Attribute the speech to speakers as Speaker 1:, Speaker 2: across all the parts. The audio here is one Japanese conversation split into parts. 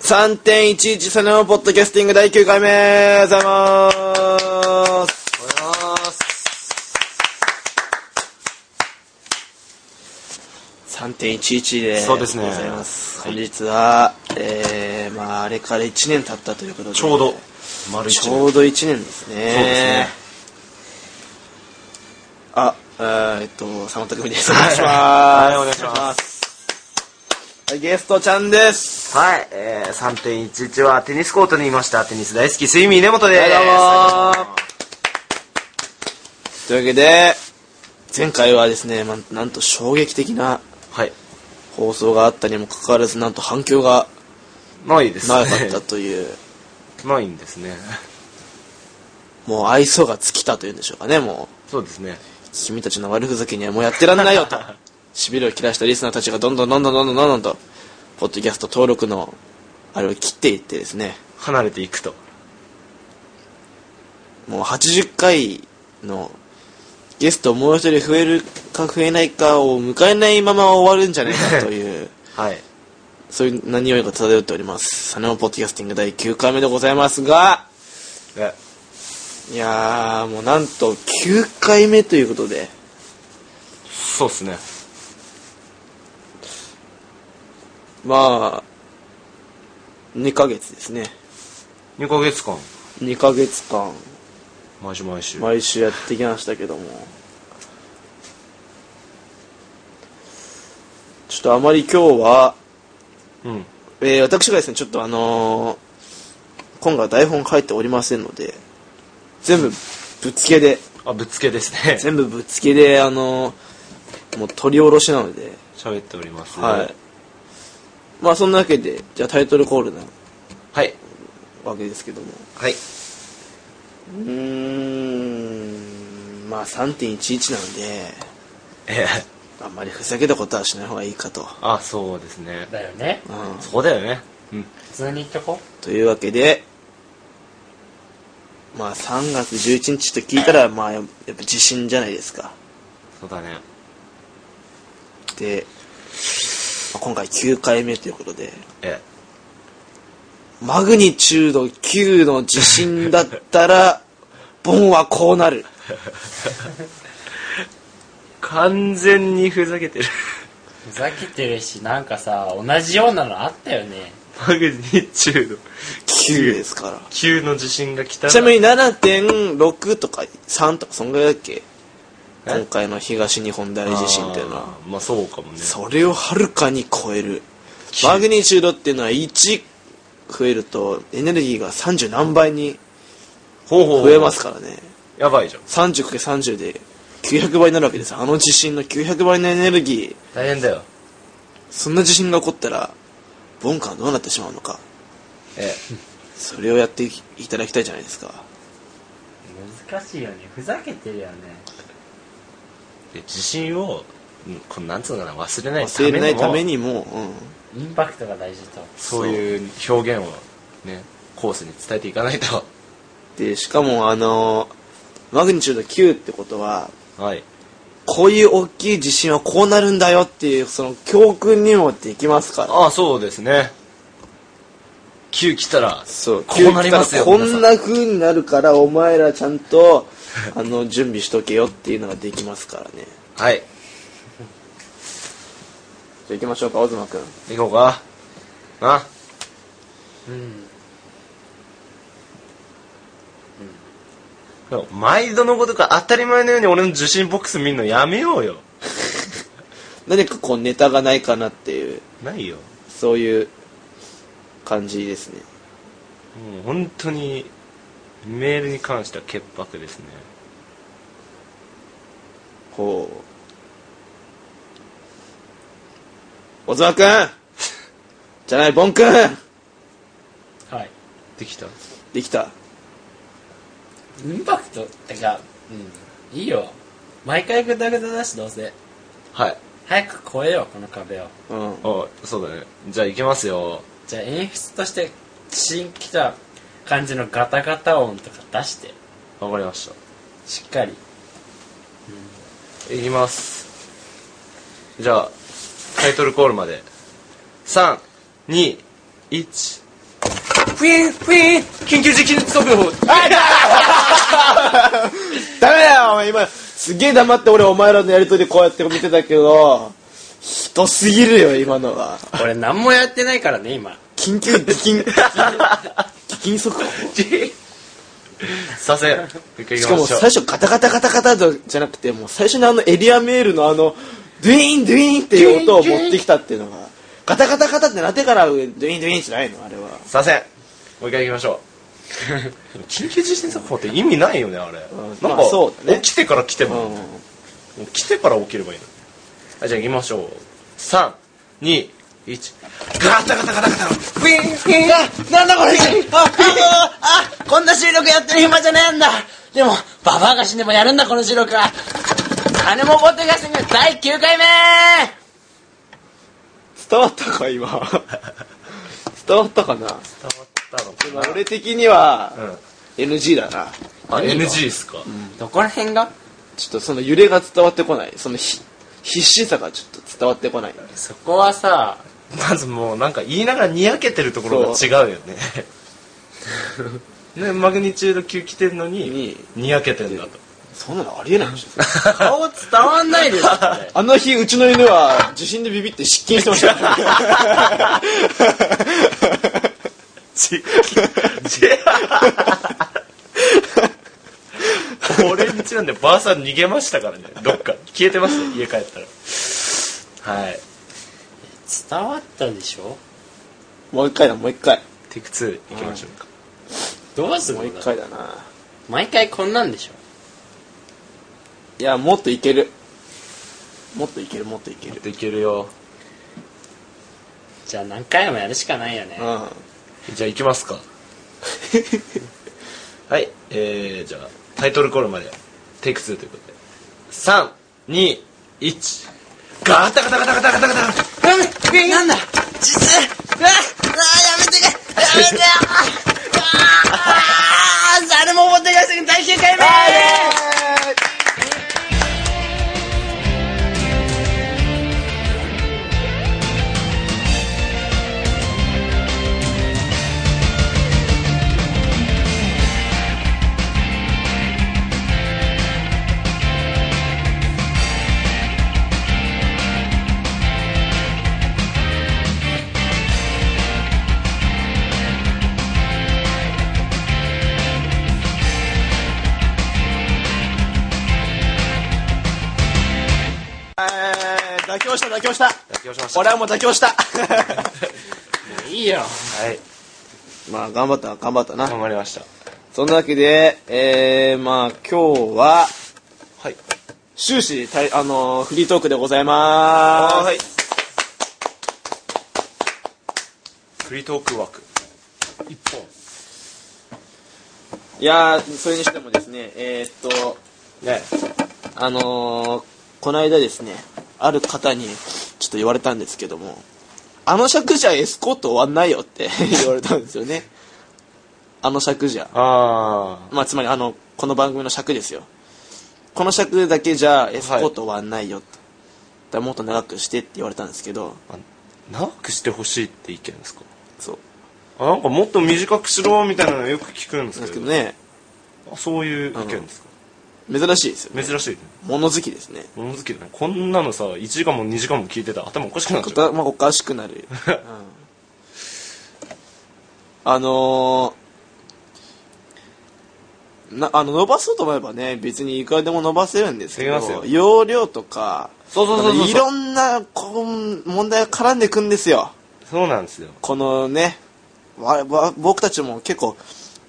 Speaker 1: 3.11サネのポッドキャスティング第9回目ありがとうございます
Speaker 2: おはようございます。
Speaker 1: 3.11で
Speaker 2: そうですね
Speaker 1: ございます
Speaker 2: は
Speaker 1: 本
Speaker 2: い
Speaker 1: 日は、えー、まああれから1年経ったということで
Speaker 2: ちょうど、丸一
Speaker 1: ち
Speaker 2: 年。
Speaker 1: ょうど1年ですね
Speaker 2: そうですね
Speaker 1: あえーっとサマタ組ですお
Speaker 2: は
Speaker 1: 願
Speaker 2: い
Speaker 1: いします
Speaker 2: はいお願いします
Speaker 1: はいゲストちゃんです
Speaker 2: はい、えー、3.11はテニスコートにいました。テニス大好き、スイミー根本です。
Speaker 1: はいどうもというわけで前回はですね、ま、なんと衝撃的な
Speaker 2: はい。
Speaker 1: 放送があったにもかかわらずなんと反響が
Speaker 2: ないですね。
Speaker 1: なかったという
Speaker 2: ないんですね。
Speaker 1: もう愛想が尽きたというんでしょうかねも
Speaker 2: そうですね。
Speaker 1: う君たちの悪ふざけにはもうやってらんないよとしびれを切らしたリスナーたちがどんどんどんどんどんどんどんどんとポッドキャスト登録のあれを切っていってですね
Speaker 2: 離れていくと。
Speaker 1: もう80回のゲストもう一人増えるか増えないかを迎えないまま終わるんじゃないかという
Speaker 2: はい。
Speaker 1: そういう何よりが漂っておりますサネモポッドキャスティング第9回目でございますが
Speaker 2: え
Speaker 1: いやーもうなんと9回目ということで
Speaker 2: そうですね。
Speaker 1: まあ2ヶ月ですね
Speaker 2: 2ヶ月間、
Speaker 1: 2ヶ月間
Speaker 2: 毎週毎週。
Speaker 1: 毎週やってきましたけどもちょっとあまり今日は、
Speaker 2: うん。
Speaker 1: えー私がですねちょっとあのー今回台本書いておりませんので全部ぶっつけで
Speaker 2: あ、ぶっつけですね。
Speaker 1: 全部ぶっつけであのーもう取り下ろしなので
Speaker 2: 喋っております。
Speaker 1: はい。まあそんなわけで、じゃあタイトルコールな
Speaker 2: はい。
Speaker 1: わけですけども。
Speaker 2: はい。
Speaker 1: うーん、まあ3.11なんで、
Speaker 2: えー、
Speaker 1: あんまりふざけたことはしない方がいいかと。
Speaker 2: あ、そうですね。
Speaker 3: だよね
Speaker 1: うん。
Speaker 2: そこだよね。うん。
Speaker 3: 普通に言っとこと
Speaker 1: いうわけで、まあ3月11日と聞いたら、まあやっぱ地震じゃないですか。
Speaker 2: そうだね。
Speaker 1: で、まあ今回9回目ということで、
Speaker 2: え
Speaker 1: マグニチュード9の地震だったら、ボンはこうな る。
Speaker 2: 完全にふざけてる。
Speaker 3: ふざけてるしなんかさ同じようなのあったよね
Speaker 2: マグニチュード
Speaker 1: 9ですから。
Speaker 2: 9の地震が来たら
Speaker 1: ちなみに7.6とか3とかそんぐらいだっけ
Speaker 2: え
Speaker 1: 今回の東日本大地震っていうのは
Speaker 2: あーまあそうかもね
Speaker 1: それをはるかに超えるマグニチュードっていうのは1増えるとエネルギーが30何倍に
Speaker 2: ほうほうほう
Speaker 1: 増えますからね
Speaker 2: やばいじゃん
Speaker 1: 30×30 で900倍になるわけですあの地震の900倍のエネルギー
Speaker 2: 大変だよ
Speaker 1: そんな地震が起こったらボンカーどうなってしまうのか
Speaker 2: え
Speaker 1: それをやっていただきたいじゃないですか
Speaker 3: 難しいよねふざけてるよね
Speaker 2: えで地震をうんこのなんつうのかな忘れないため
Speaker 1: 忘
Speaker 2: に
Speaker 1: れ
Speaker 2: も
Speaker 1: ないためにも、うん、
Speaker 3: インパクトが大事と
Speaker 2: そういう表現をねコースに伝えていかないと
Speaker 1: でしかもあのマグニチュード9ってこと は
Speaker 2: はい
Speaker 1: こういう大きい地震はこうなるんだよっていうその教訓にもできますから
Speaker 2: ああそうですね9来たら
Speaker 1: そう
Speaker 2: こうなりますよ
Speaker 1: こ
Speaker 2: 皆さ
Speaker 1: ん
Speaker 2: ん
Speaker 1: な風になるからお前らちゃんとあの準備しとけよっていうのができますからね
Speaker 2: はい
Speaker 1: じゃあ行きましょうか小妻君
Speaker 2: 行こうかな
Speaker 3: うん
Speaker 2: でも毎度のことか当たり前のように俺の受信ボックス見るのやめようよ
Speaker 1: 何かこうネタがないかなっていう
Speaker 2: ないよ
Speaker 1: そういう感じですね
Speaker 2: もう本当にメールに関しては潔白ですね
Speaker 1: ほう小妻君 じゃないボン君
Speaker 3: はい
Speaker 2: できた
Speaker 1: できた
Speaker 3: インパクトってかうんいいよ毎回グダグダだしどうせ
Speaker 2: はい
Speaker 3: 早く超えようこの壁を
Speaker 1: うん
Speaker 2: あそうだねじゃあ行きますよ
Speaker 3: じゃあ演出として地震来た感じのガタガタ音とか出して
Speaker 2: わかりまし
Speaker 3: しっかり
Speaker 2: た行きますじゃあタイトルコールまで321
Speaker 3: ふいん、ふいん、緊急地震速報。
Speaker 1: ダメだよお前今すげえ黙って俺お前らのやりとりでこうやって見てたけどひどすぎるよ今のは
Speaker 3: 俺何もやってないからね、今。
Speaker 1: 緊急地震地震速報
Speaker 2: させ行きま
Speaker 1: し
Speaker 2: し
Speaker 1: かも
Speaker 2: ょう
Speaker 1: 最初ガタガタガタガタじゃなくてもう最初にあのエリアメールのあのドゥイーンドゥイーンっていう音を持ってきたっていうのがガタガタガタってなってからドゥイーンドゥイーンじゃないのあれは
Speaker 2: させもう一回行きま しょう緊急地震速報って意味ないよねあ
Speaker 1: ん
Speaker 2: れ、なんか、
Speaker 1: まあそうだね
Speaker 2: 起きてから来て
Speaker 1: う
Speaker 2: も、
Speaker 1: ん
Speaker 2: もう来てから起きればいいのあじゃあ行きましょう321ガタガタガタガタ
Speaker 3: ふいん、ふいん。
Speaker 1: なんだこれあああこんな収録やってる暇じゃねえんだ
Speaker 3: でも、ババアが死んでもやるんだ、この収録は。金もポッドキャスティング第9回目
Speaker 1: 伝わったか今伝わったかな
Speaker 2: 伝わったの
Speaker 1: まあ俺的には
Speaker 2: うん
Speaker 1: NG だな
Speaker 2: あ
Speaker 3: 何が
Speaker 2: NG っすか、
Speaker 3: どこら辺が
Speaker 1: ちょっとその揺れが伝わってこないそのひ必死さがちょっと伝わってこない
Speaker 3: そこはさ、
Speaker 2: まずもうなんか言いながらにやけてるところが違うよね ねマグニチュード9来てんのに
Speaker 1: に
Speaker 2: にやけてんだと
Speaker 1: そんなのありえ ないでしょ
Speaker 3: 顔伝わんないですよ、これ
Speaker 1: あの日、うちの犬は地震でビビって失禁してました。
Speaker 2: ち俺んちなんでばあさん逃げましたからねどっか消えてます家帰ったらはい
Speaker 3: 伝わったでしょ
Speaker 1: もう一回だ、もう一回。
Speaker 2: テイク2いきましょうか
Speaker 3: どうする
Speaker 1: も
Speaker 3: の
Speaker 1: う一回だな。
Speaker 3: 毎回こんなんでしょ
Speaker 1: いや、もっといける。もっといける、もっといけ
Speaker 2: やっ
Speaker 1: る。
Speaker 2: ていけるよ
Speaker 3: じゃあ何回もやるしかないよね
Speaker 1: う。ん。
Speaker 2: じゃあ行きます かはいえー、じゃあタイトルコールまでテイク2ということで321ガタガタガタガタガタガタ
Speaker 3: なんだ実うわあやめてけやめてよあー誰も持ってかせて第9回目
Speaker 1: えー妥協した、妥協した。
Speaker 2: 妥協しました
Speaker 1: 俺はもう妥協した。
Speaker 3: いいよ
Speaker 2: はい
Speaker 1: まあ、頑張った、頑張ったな
Speaker 2: 頑。張りました
Speaker 1: そんなわけで、えー、まあ、今日は、
Speaker 2: はい
Speaker 1: 終始、たいあのーフリートークでございまーす。
Speaker 2: はいフリートーク枠
Speaker 3: 一本
Speaker 1: いやー、それにしてもですね、えー、っと、
Speaker 2: ね
Speaker 1: あのー、この間ですね、ある方にちょっと言われたんですけども、あの尺じゃエスコート終わんないよって 言われたんですよね。あの尺じゃ。
Speaker 2: あ
Speaker 1: まあ、つまりあの、この番組の尺ですよ。この尺だけじゃエスコート終わんないよって。だからもっと長くしてって言われたんですけど、
Speaker 2: あ長くしてほしいって意見ですか
Speaker 1: そう。
Speaker 2: あなんかもっと短くしろみたいなのよく聞くんです
Speaker 1: なん
Speaker 2: け
Speaker 1: ですけ
Speaker 2: ど
Speaker 1: どね、
Speaker 2: あそういう意見ですか
Speaker 1: 珍しいですよ。
Speaker 2: 珍しいね
Speaker 1: 物好きですね。
Speaker 2: 物好きだねこんなのさ1時間も2時間も聞いてたら頭おかしくなっちゃう
Speaker 1: まあ、おかしくなる、うんあのーなあの伸ばそうと思えばね別にいくらでも伸ばせるんですけ
Speaker 2: できます
Speaker 1: ど
Speaker 2: よ
Speaker 1: 容量とか
Speaker 2: そうそうそうそう
Speaker 1: あのいろんなこう問題が絡んでくんですよ
Speaker 2: そうなんですよ
Speaker 1: このねわわ僕たちも結構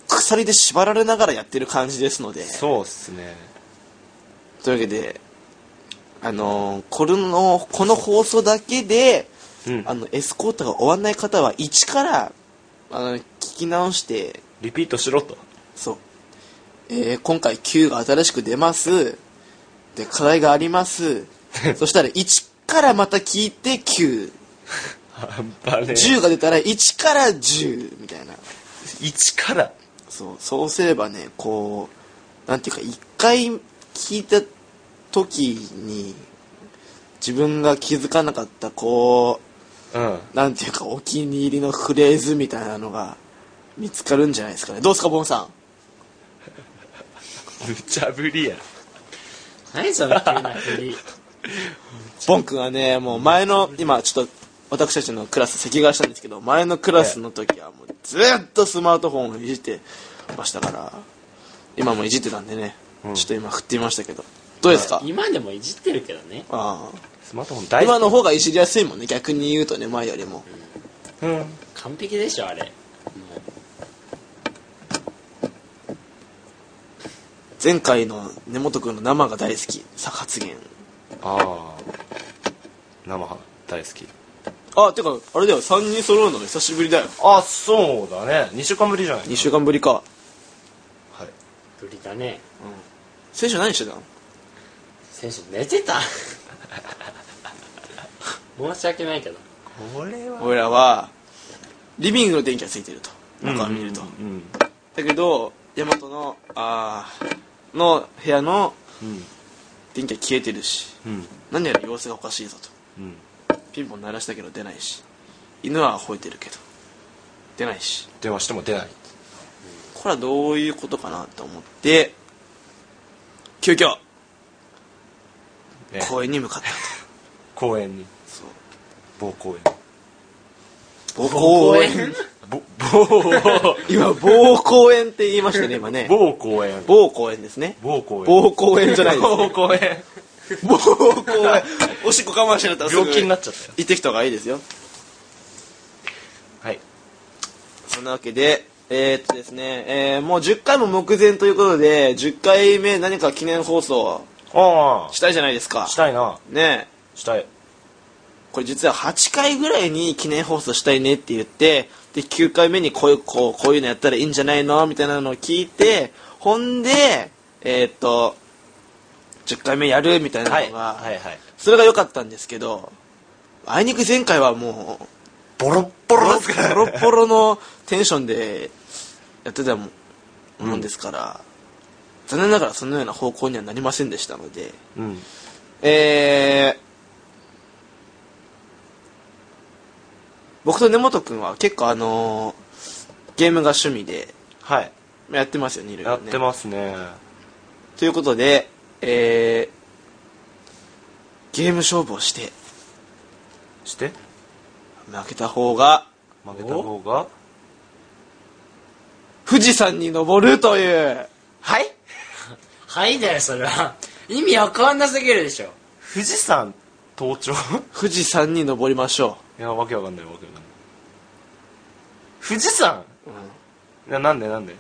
Speaker 1: 鎖で縛られながらやってる感じですので
Speaker 2: そうっすね
Speaker 1: というわけであのーこれのこの放送だけで
Speaker 2: うん
Speaker 1: あのエスコートが終わんない方は一からあの聞き直して
Speaker 2: リピートしろと
Speaker 1: そう、えー今回9が新しく出ますで課題があります そしたら1からまた聞いて910
Speaker 2: バレ
Speaker 1: が出たら1から10みたいな
Speaker 2: 1から
Speaker 1: そうそうすればねこうなんていうか1回聞いた時に自分が気づかなかったこう
Speaker 2: うん
Speaker 1: なんていうかお気に入りのフレーズみたいなのが見つかるんじゃないですかねどうですかボンさん
Speaker 2: 無茶ぶりや
Speaker 3: 何その急な振り。
Speaker 1: ボン君はねもう前の今ちょっと私たちのクラス席替えしたんですけど前のクラスの時はもうずっとスマートフォンをいじってましたから今もいじってたんでね、
Speaker 2: うん
Speaker 1: ちょっと今振ってみましたけどどうですか、
Speaker 3: 今でもいじってるけどね。
Speaker 1: あ
Speaker 2: スマートフォ
Speaker 1: あ
Speaker 2: ン大好き
Speaker 1: 今の方がいじりやすいもんね逆に言うとね前よりも
Speaker 2: うん
Speaker 3: 完璧でしょ、あれ。も、
Speaker 1: 前回の根本君の生が大好きさ発言
Speaker 2: ああ生大好き
Speaker 1: あてかあれだよ3人揃うの久しぶりだよ
Speaker 2: あそうだね2週間ぶりじゃない
Speaker 1: 2週間ぶりか
Speaker 2: はいう
Speaker 3: ぶりだね。
Speaker 1: 選手何してたの
Speaker 3: 選手寝て た申し訳ないけど。
Speaker 2: これは
Speaker 1: 俺らはリビングの電気がついてると中を見ると、
Speaker 2: うん
Speaker 1: だけど大和のあーの部屋の
Speaker 2: うん
Speaker 1: 電気は消えてるし
Speaker 2: うん
Speaker 1: 何やら様子がおかしいぞ
Speaker 2: うん
Speaker 1: とピンポン鳴らしたけど出ないし犬は吠えてるけど出ないし
Speaker 2: 電話しても出ない
Speaker 1: これはどういうことかなと思って急遽
Speaker 2: ね
Speaker 1: 公園に向かった
Speaker 2: 公園に
Speaker 1: そう
Speaker 2: 某公園
Speaker 1: 某公園
Speaker 2: ぼ 某
Speaker 1: 今某公園って言いましたね今ね
Speaker 2: 某公園
Speaker 1: 某公園ですね
Speaker 2: 某公園
Speaker 1: 某公園じゃないです
Speaker 2: 某公園
Speaker 1: 某公園おしっこ我慢しなったらすぐ
Speaker 2: 病気になっちゃったよ
Speaker 1: 行ってきた方がいいですよ
Speaker 2: はい
Speaker 1: そんなわけでえー、っとですね、えーもう10回も目前ということで10回目何か記念放送
Speaker 2: あ
Speaker 1: したいじゃないですか
Speaker 2: あしたいな
Speaker 1: ねえ
Speaker 2: したい
Speaker 1: これ実は8回ぐらいに記念放送したいねって言ってで9回目にこういうこうこういうのやったらいいんじゃないのみたいなのを聞いてほんでえーっと10回目やるみたいなのが、
Speaker 2: はいはい
Speaker 1: それが良かったんですけどあいにく前回はもう
Speaker 2: ボロッボロですから
Speaker 1: ボロボロのテンションでやってたもんもんですから、残念ながらそのような方向にはなりませんでしたので
Speaker 2: うん
Speaker 1: えー、僕と根本君は結構あのーゲームが趣味で
Speaker 2: はい
Speaker 1: やってますよねいろい
Speaker 2: や
Speaker 1: ろ
Speaker 2: っ
Speaker 1: ね
Speaker 2: てますね
Speaker 1: ということでえー、ゲーム勝負をして
Speaker 2: して
Speaker 1: 負けた方が
Speaker 2: 負けた方が
Speaker 1: 富士山に登るという
Speaker 2: はい
Speaker 3: はいだよ、それは。意味わかんなすぎるでしょ。
Speaker 2: 富士山登頂 い
Speaker 1: 富士山に登りましょ
Speaker 2: やわけわかんないわけわかんない富士山
Speaker 1: う、
Speaker 2: いやなんでなんで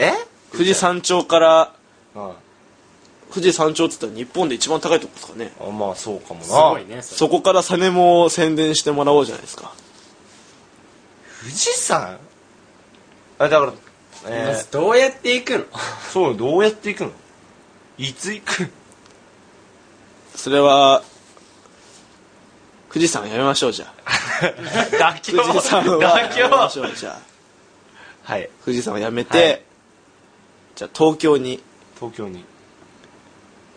Speaker 2: え
Speaker 1: 富士山頂から
Speaker 2: あ
Speaker 1: 富士山頂って言ったら日本で一番高いとこですかね
Speaker 2: あまあそうかもな
Speaker 3: すごいね、そ
Speaker 1: そこからサネモを宣伝してもらおうじゃないですか
Speaker 2: 富士山あだから
Speaker 3: れ。
Speaker 2: え
Speaker 3: まずどうやって行くの
Speaker 2: ー、そうどうやって行くのいつ行 く
Speaker 1: それは富士山やめましょうじゃ あ
Speaker 2: 妥協
Speaker 1: 富士山は
Speaker 2: 妥
Speaker 1: やめまし
Speaker 2: 協
Speaker 1: ょうじゃあ
Speaker 2: はい
Speaker 1: 富士山をやめて、
Speaker 2: はい
Speaker 1: じゃあ東京に
Speaker 2: 東京に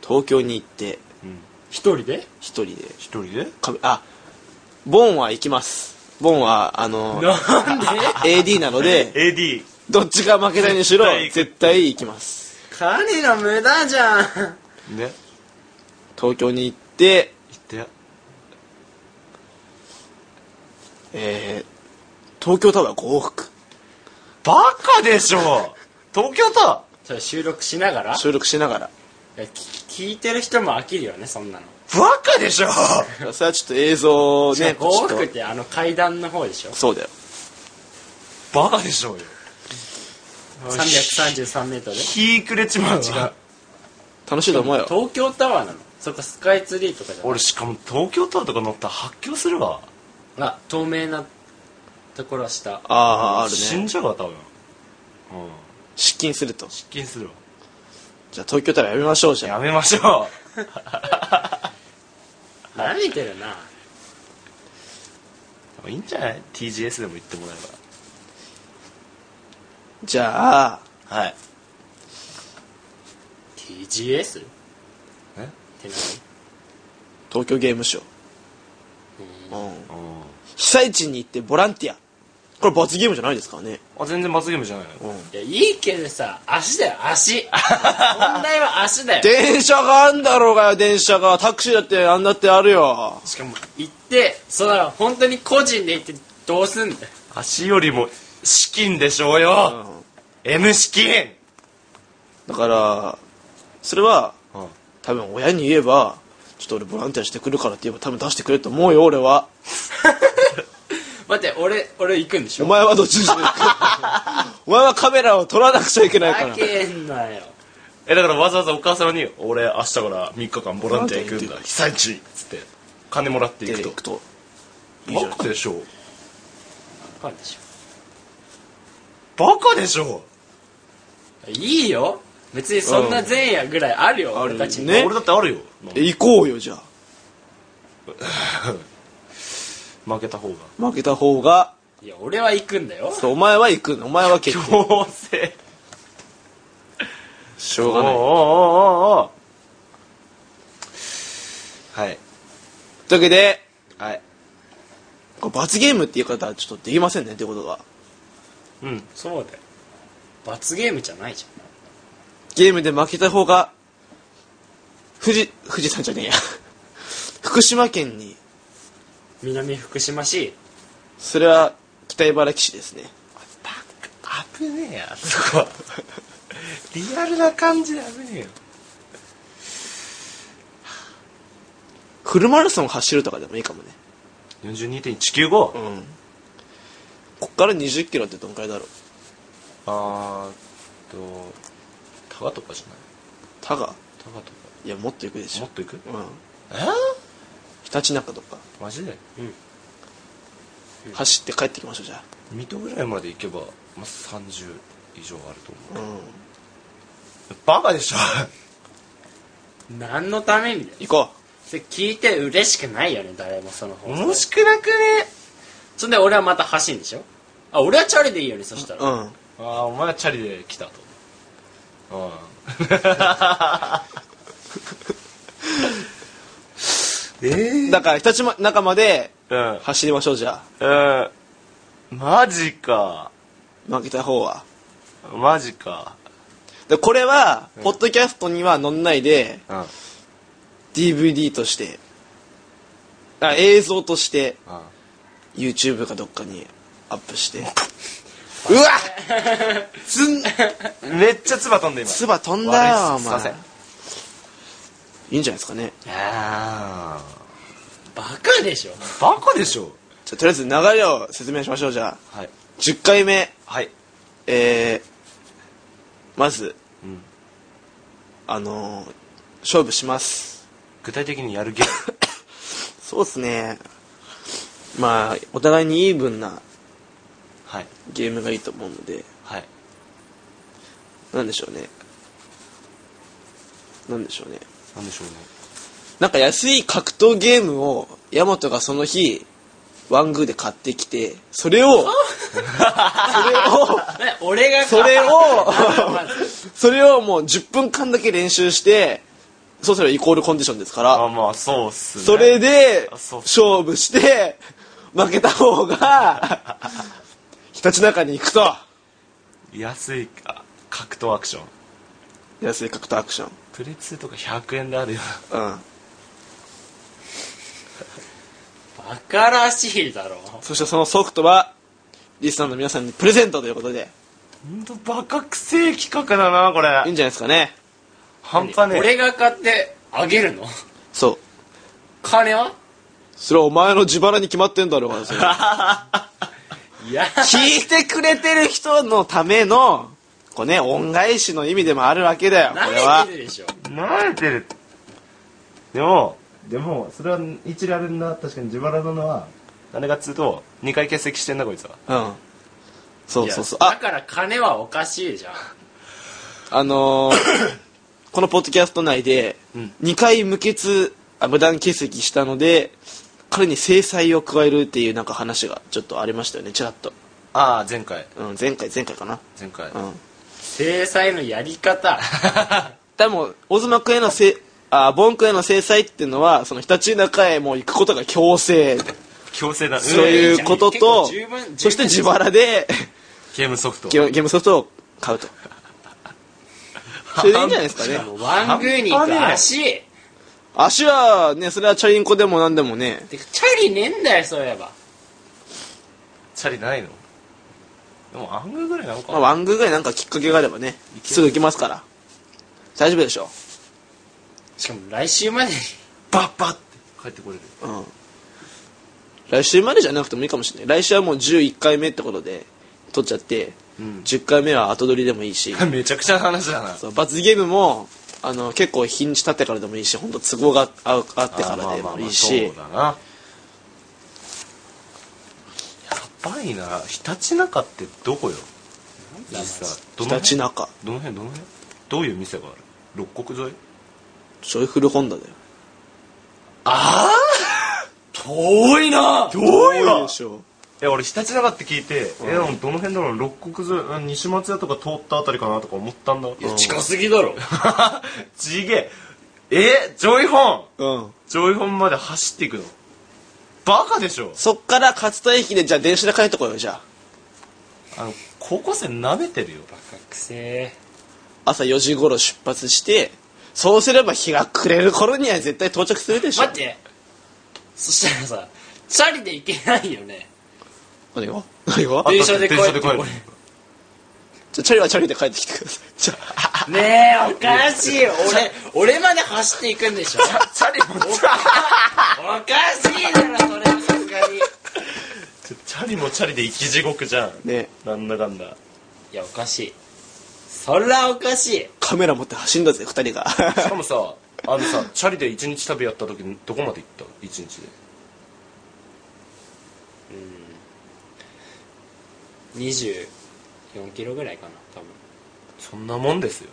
Speaker 1: 東京に行って
Speaker 2: うん
Speaker 3: 一人で
Speaker 1: 一人で
Speaker 2: 一人で
Speaker 1: かあボンは行きますボンはあの
Speaker 3: なんで
Speaker 1: AD なの で
Speaker 2: AD
Speaker 1: どっちが負けたにしろ
Speaker 2: 絶対行く
Speaker 1: 絶対行きます
Speaker 3: 金の無駄じゃん。
Speaker 2: ね
Speaker 1: 東京に行って、
Speaker 2: 行って
Speaker 1: えー、東京タワー5往復
Speaker 2: バカでしょ東京タワ
Speaker 3: それ収録しながら
Speaker 1: 収録しなが
Speaker 3: いやき聞いてる人も飽きるよねそんなの、
Speaker 2: ーバカでしょ
Speaker 1: らそれはちょっと映像をね
Speaker 3: ね、
Speaker 1: ちょ
Speaker 3: 往
Speaker 1: っと
Speaker 3: 復ってあの階段の方でしょ
Speaker 1: そうだよ
Speaker 2: バカでしょうよ
Speaker 3: 333メートル
Speaker 2: 日暮れちまうわ
Speaker 1: 楽しいと思うよ
Speaker 3: 東京タワーなのそっかスカイツリーとかじゃない
Speaker 2: 俺しかも東京タワーとか乗ったら発狂するわ
Speaker 3: あ透明なところは下
Speaker 1: あああ
Speaker 2: 死
Speaker 1: る
Speaker 2: ん
Speaker 1: ね
Speaker 2: じゃうわ多分うん
Speaker 1: 失禁すると
Speaker 2: 失禁するわ
Speaker 1: じゃあ東京タワーやめましょうじゃ
Speaker 2: や
Speaker 1: あ
Speaker 2: めましょ
Speaker 3: なめてるな
Speaker 2: ういいんじゃない TGS でも行ってもらえ
Speaker 1: じゃあ
Speaker 2: ばはい
Speaker 3: TGS?
Speaker 2: え
Speaker 3: って何
Speaker 1: 東京ゲームショウ、うん、
Speaker 2: うん
Speaker 1: 被災地に行ってボランティアこれ罰ゲームじゃないですからね。
Speaker 2: あ全然罰ゲームじゃないのよ
Speaker 3: いやいいけどさ足だよ足問題は足だよ
Speaker 1: 電車があんだろうがよ、電車が。タクシーだってあんだってあるよ。
Speaker 2: しかも
Speaker 3: 行ってその本当に個人で行ってどうすんだよ
Speaker 2: 足よりも資金でしょうよ、M 資金
Speaker 1: だから、それは、
Speaker 2: うん
Speaker 1: 多分親に言えば、ちょっと俺ボランティアしてくるからって言えば多分出してくれると思うよ、俺は。
Speaker 3: 待って俺俺行くんでし
Speaker 1: お
Speaker 3: ょ
Speaker 1: 前はどっちにしろお前はカメラを撮らなくちゃいけないから
Speaker 3: 負。けんなよ
Speaker 2: えだからわざわざお母様に「俺明日から3日間ボランティア行く
Speaker 1: ボランティア
Speaker 2: ん
Speaker 1: 行
Speaker 2: だ
Speaker 1: く
Speaker 2: 被災地」っつって金もらっていく
Speaker 1: で
Speaker 2: と
Speaker 1: 行くと。いいじゃ
Speaker 2: バ
Speaker 1: ん
Speaker 2: カでしょ
Speaker 3: バカでし
Speaker 2: バカでしょ
Speaker 3: ょいいよ別にそんな前夜ぐらいあるよ、
Speaker 1: ある
Speaker 3: 俺たちに
Speaker 1: ね
Speaker 2: 俺だってあるよ
Speaker 1: え行こうよ、じゃあ。
Speaker 2: 負けた方が
Speaker 1: 負けた方が、
Speaker 3: いや俺は行くんだよ
Speaker 1: そうお前は行くの。お前は結構。
Speaker 2: 強制
Speaker 1: しょ
Speaker 2: おーおーおーおーはい
Speaker 1: というわけで、
Speaker 2: はい
Speaker 1: こう罰ゲームっていう方はちょっとできませんね、ってことが。
Speaker 2: うん
Speaker 3: そうだよ罰ゲームじゃないじ
Speaker 1: ゲームで負けた方が、富士、富士山じゃねえや。福島県に、
Speaker 3: ゃん南福島市
Speaker 1: それは北茨城市ですね。
Speaker 2: バカ危ねえやそこはリアルな感じで危ねえよ
Speaker 1: フルマラソン走るとかでもいいかもね。
Speaker 2: 42.195、
Speaker 1: うん。こっから20キロってどんくらいだろう。
Speaker 2: あーっとタガとかじゃない
Speaker 1: タガ
Speaker 2: タガとか
Speaker 1: いや、もっと行くでし
Speaker 2: も
Speaker 1: ょ
Speaker 2: っ。といく
Speaker 1: うん。
Speaker 2: え
Speaker 1: ひたちなかとか、
Speaker 2: ー、マジで
Speaker 1: 走って帰ってきましょう、じゃ
Speaker 2: 水戸ぐらいまで行けば、まあ、30以上あると
Speaker 1: あ。う。
Speaker 2: 思うんバカでしょ
Speaker 3: 何のためにだよ
Speaker 1: 行こ
Speaker 3: それ聞いて嬉しくないよね誰もその方
Speaker 2: 面白くなくね
Speaker 3: そんで俺はまた走るんでしょあ俺はチャリでいいよねそした
Speaker 1: う。
Speaker 3: ら、
Speaker 1: うん。
Speaker 2: ああお前はチャリで来たとうん え
Speaker 1: だから、ひたち中まで
Speaker 2: うん
Speaker 1: 走りましょう、じゃ
Speaker 2: うんマジか
Speaker 1: あ。負けた方は。
Speaker 2: マジか
Speaker 1: で、これは、ポッドキャストには載んないで、
Speaker 2: うん
Speaker 1: DVD として、あ映像として、YouTube かどっかにアップして。うわつん、
Speaker 2: めっちゃ唾飛んで今
Speaker 1: つば飛んだよ、お
Speaker 2: 悪いっす
Speaker 1: 前
Speaker 2: すいま。
Speaker 1: いいんじゃないですかね。
Speaker 2: あ
Speaker 3: バカでしょ
Speaker 2: あバカでしょ
Speaker 1: じゃあとりあえず流れを説明しましょう、じゃあ。
Speaker 2: はい
Speaker 1: 10回目、
Speaker 2: はい
Speaker 1: えー、まず、
Speaker 2: うん
Speaker 1: あのー勝負します。
Speaker 2: 具体的にやるゲーム
Speaker 1: そうっすね。まあ、お互いにイーブンな
Speaker 2: はい
Speaker 1: ゲームがいいと思うので、
Speaker 2: はい
Speaker 1: なんでしょうね。なんでしょうね。
Speaker 2: なんでしょうね
Speaker 1: なんか安い格闘ゲームを、ヤマトがその日、ワングーで買ってきて、それを、それを、
Speaker 3: ね俺が
Speaker 1: そ れを
Speaker 3: まず
Speaker 1: それをもう10分間だけ練習して、そうすればイコールコンディションですから、
Speaker 2: あまあそうっすね
Speaker 1: それで
Speaker 2: あそう
Speaker 1: 勝負して、負けた方が、ひたちなかに行くと、
Speaker 2: 安いあ格闘アクション
Speaker 1: 安い格闘アクション。
Speaker 2: プレ2とか100円であるよ
Speaker 1: うん。
Speaker 3: バカらしいだろ
Speaker 1: そしてそのソフトは、リスナーの皆さんにプレゼントということで、
Speaker 2: ほんとバカくせえ企画だなこ
Speaker 1: いいん
Speaker 2: れ
Speaker 1: じゃないですかね。
Speaker 2: 半端ねえ
Speaker 3: 俺が買ってあげるの
Speaker 1: そう。
Speaker 3: 金は
Speaker 1: それはお前の自腹に決まってんだろうが、それ
Speaker 3: いや
Speaker 1: 聞いてくれてる人のための、こうね、恩返しの意味でもあるわけだよ、これ
Speaker 3: 舐
Speaker 1: は
Speaker 3: め。てるでしょ
Speaker 2: 慣れてるでもでもそれは一理あるんだ確かに自腹なのは何がっつうと2回欠席してんだこいつは
Speaker 1: うん。そうそうそう。
Speaker 3: いや
Speaker 1: あ、
Speaker 3: だから金はおかしいじゃん
Speaker 1: あ のーこのポッドキャスト内で、
Speaker 2: うん
Speaker 1: 2回無欠、あ無断欠席したので、彼に制裁を加えるっていうなんか話がちょっとありましたよね、ちらっと。
Speaker 2: ああ前回
Speaker 1: うん、前回、前回かな。
Speaker 2: 前回
Speaker 1: うん。
Speaker 3: 制裁のやり方
Speaker 1: でも、大妻君へのせい、あ、ボン君への制裁っていうのは、その日立中へもう行くことが強制。
Speaker 2: 強制だ
Speaker 1: そう
Speaker 2: うん
Speaker 1: いうことと
Speaker 3: いいじゃん結構十分
Speaker 1: そして自腹で
Speaker 2: ゲームソフト
Speaker 1: ゲームゲームソフトを買うとそれでいいんじゃないですか ね
Speaker 3: もうワングーに行
Speaker 2: 半端ね
Speaker 3: く
Speaker 2: え
Speaker 3: 足て
Speaker 1: 足はねそれはチャリンコでも何でもね
Speaker 3: かチャリねえんだよそういえば
Speaker 2: チャリないのでもアングルぐらいなんか、
Speaker 1: まあ、ワングーぐらいなんかきっかけがあればねすぐ行きますから大丈夫でしょ
Speaker 3: しかも来週までに
Speaker 2: バッバッって帰ってこれる
Speaker 1: うん来週までじゃなくてもいいかもしれない来週はもう11回目ってことで取っちゃって、
Speaker 2: うん
Speaker 1: 10回目は後取りでもいい し
Speaker 2: めちゃくちゃな話だな
Speaker 1: そう罰ゲームもあの結構日にち経ってからでもいいし本当都合が合うあってからでもいいし
Speaker 2: あまあまあまあそうだなやばいなひたちなかってどこよ実際ど
Speaker 1: ひ
Speaker 2: の
Speaker 1: たちな
Speaker 2: 辺
Speaker 1: か
Speaker 2: どの辺どの辺どういう店がある六国沿い
Speaker 1: ジョイフルホンダだよ
Speaker 2: あ
Speaker 3: 遠いな
Speaker 2: あどうよ
Speaker 1: でしょ
Speaker 2: いや俺ひたちなかって聞いて、えでもどの辺だろう六国沿いうん西松屋とか通ったあたりかなとか思ったんだいや
Speaker 3: 近すぎだろ
Speaker 2: ちげええジョイホン
Speaker 1: うん
Speaker 2: ジョイホンまで走っていくのバカでしょ
Speaker 1: そっから勝田駅でじゃあ電車で帰ってこようよじゃあ
Speaker 2: あの高校生舐めてるよ
Speaker 3: バカくせえ
Speaker 1: 朝4時頃出発してそうすれば日が暮れる頃には絶対到着するでしょ
Speaker 3: 待ってそしたらさチャリで行けないよね
Speaker 1: 何が何が
Speaker 3: 電車で
Speaker 2: あ
Speaker 3: 来い
Speaker 2: 電車で来い
Speaker 3: 俺
Speaker 1: じゃあチャリはチャリで帰ってきてくださいじゃあ
Speaker 3: ねえおかしい俺俺まで走っていくんでしょ
Speaker 2: チャリ持
Speaker 3: おかおかしいだろそれはさすがにい
Speaker 2: チャリもチャリで生き地獄じゃん
Speaker 1: ね
Speaker 2: なんだか んだ
Speaker 3: やおかしいそりゃおかしい
Speaker 1: カメラ持って走んだぜ二人が
Speaker 2: しかもさあのさチャリで一日旅やった時どこまで行った一日で
Speaker 3: 24キロぐらいかな
Speaker 2: そんなもんですよ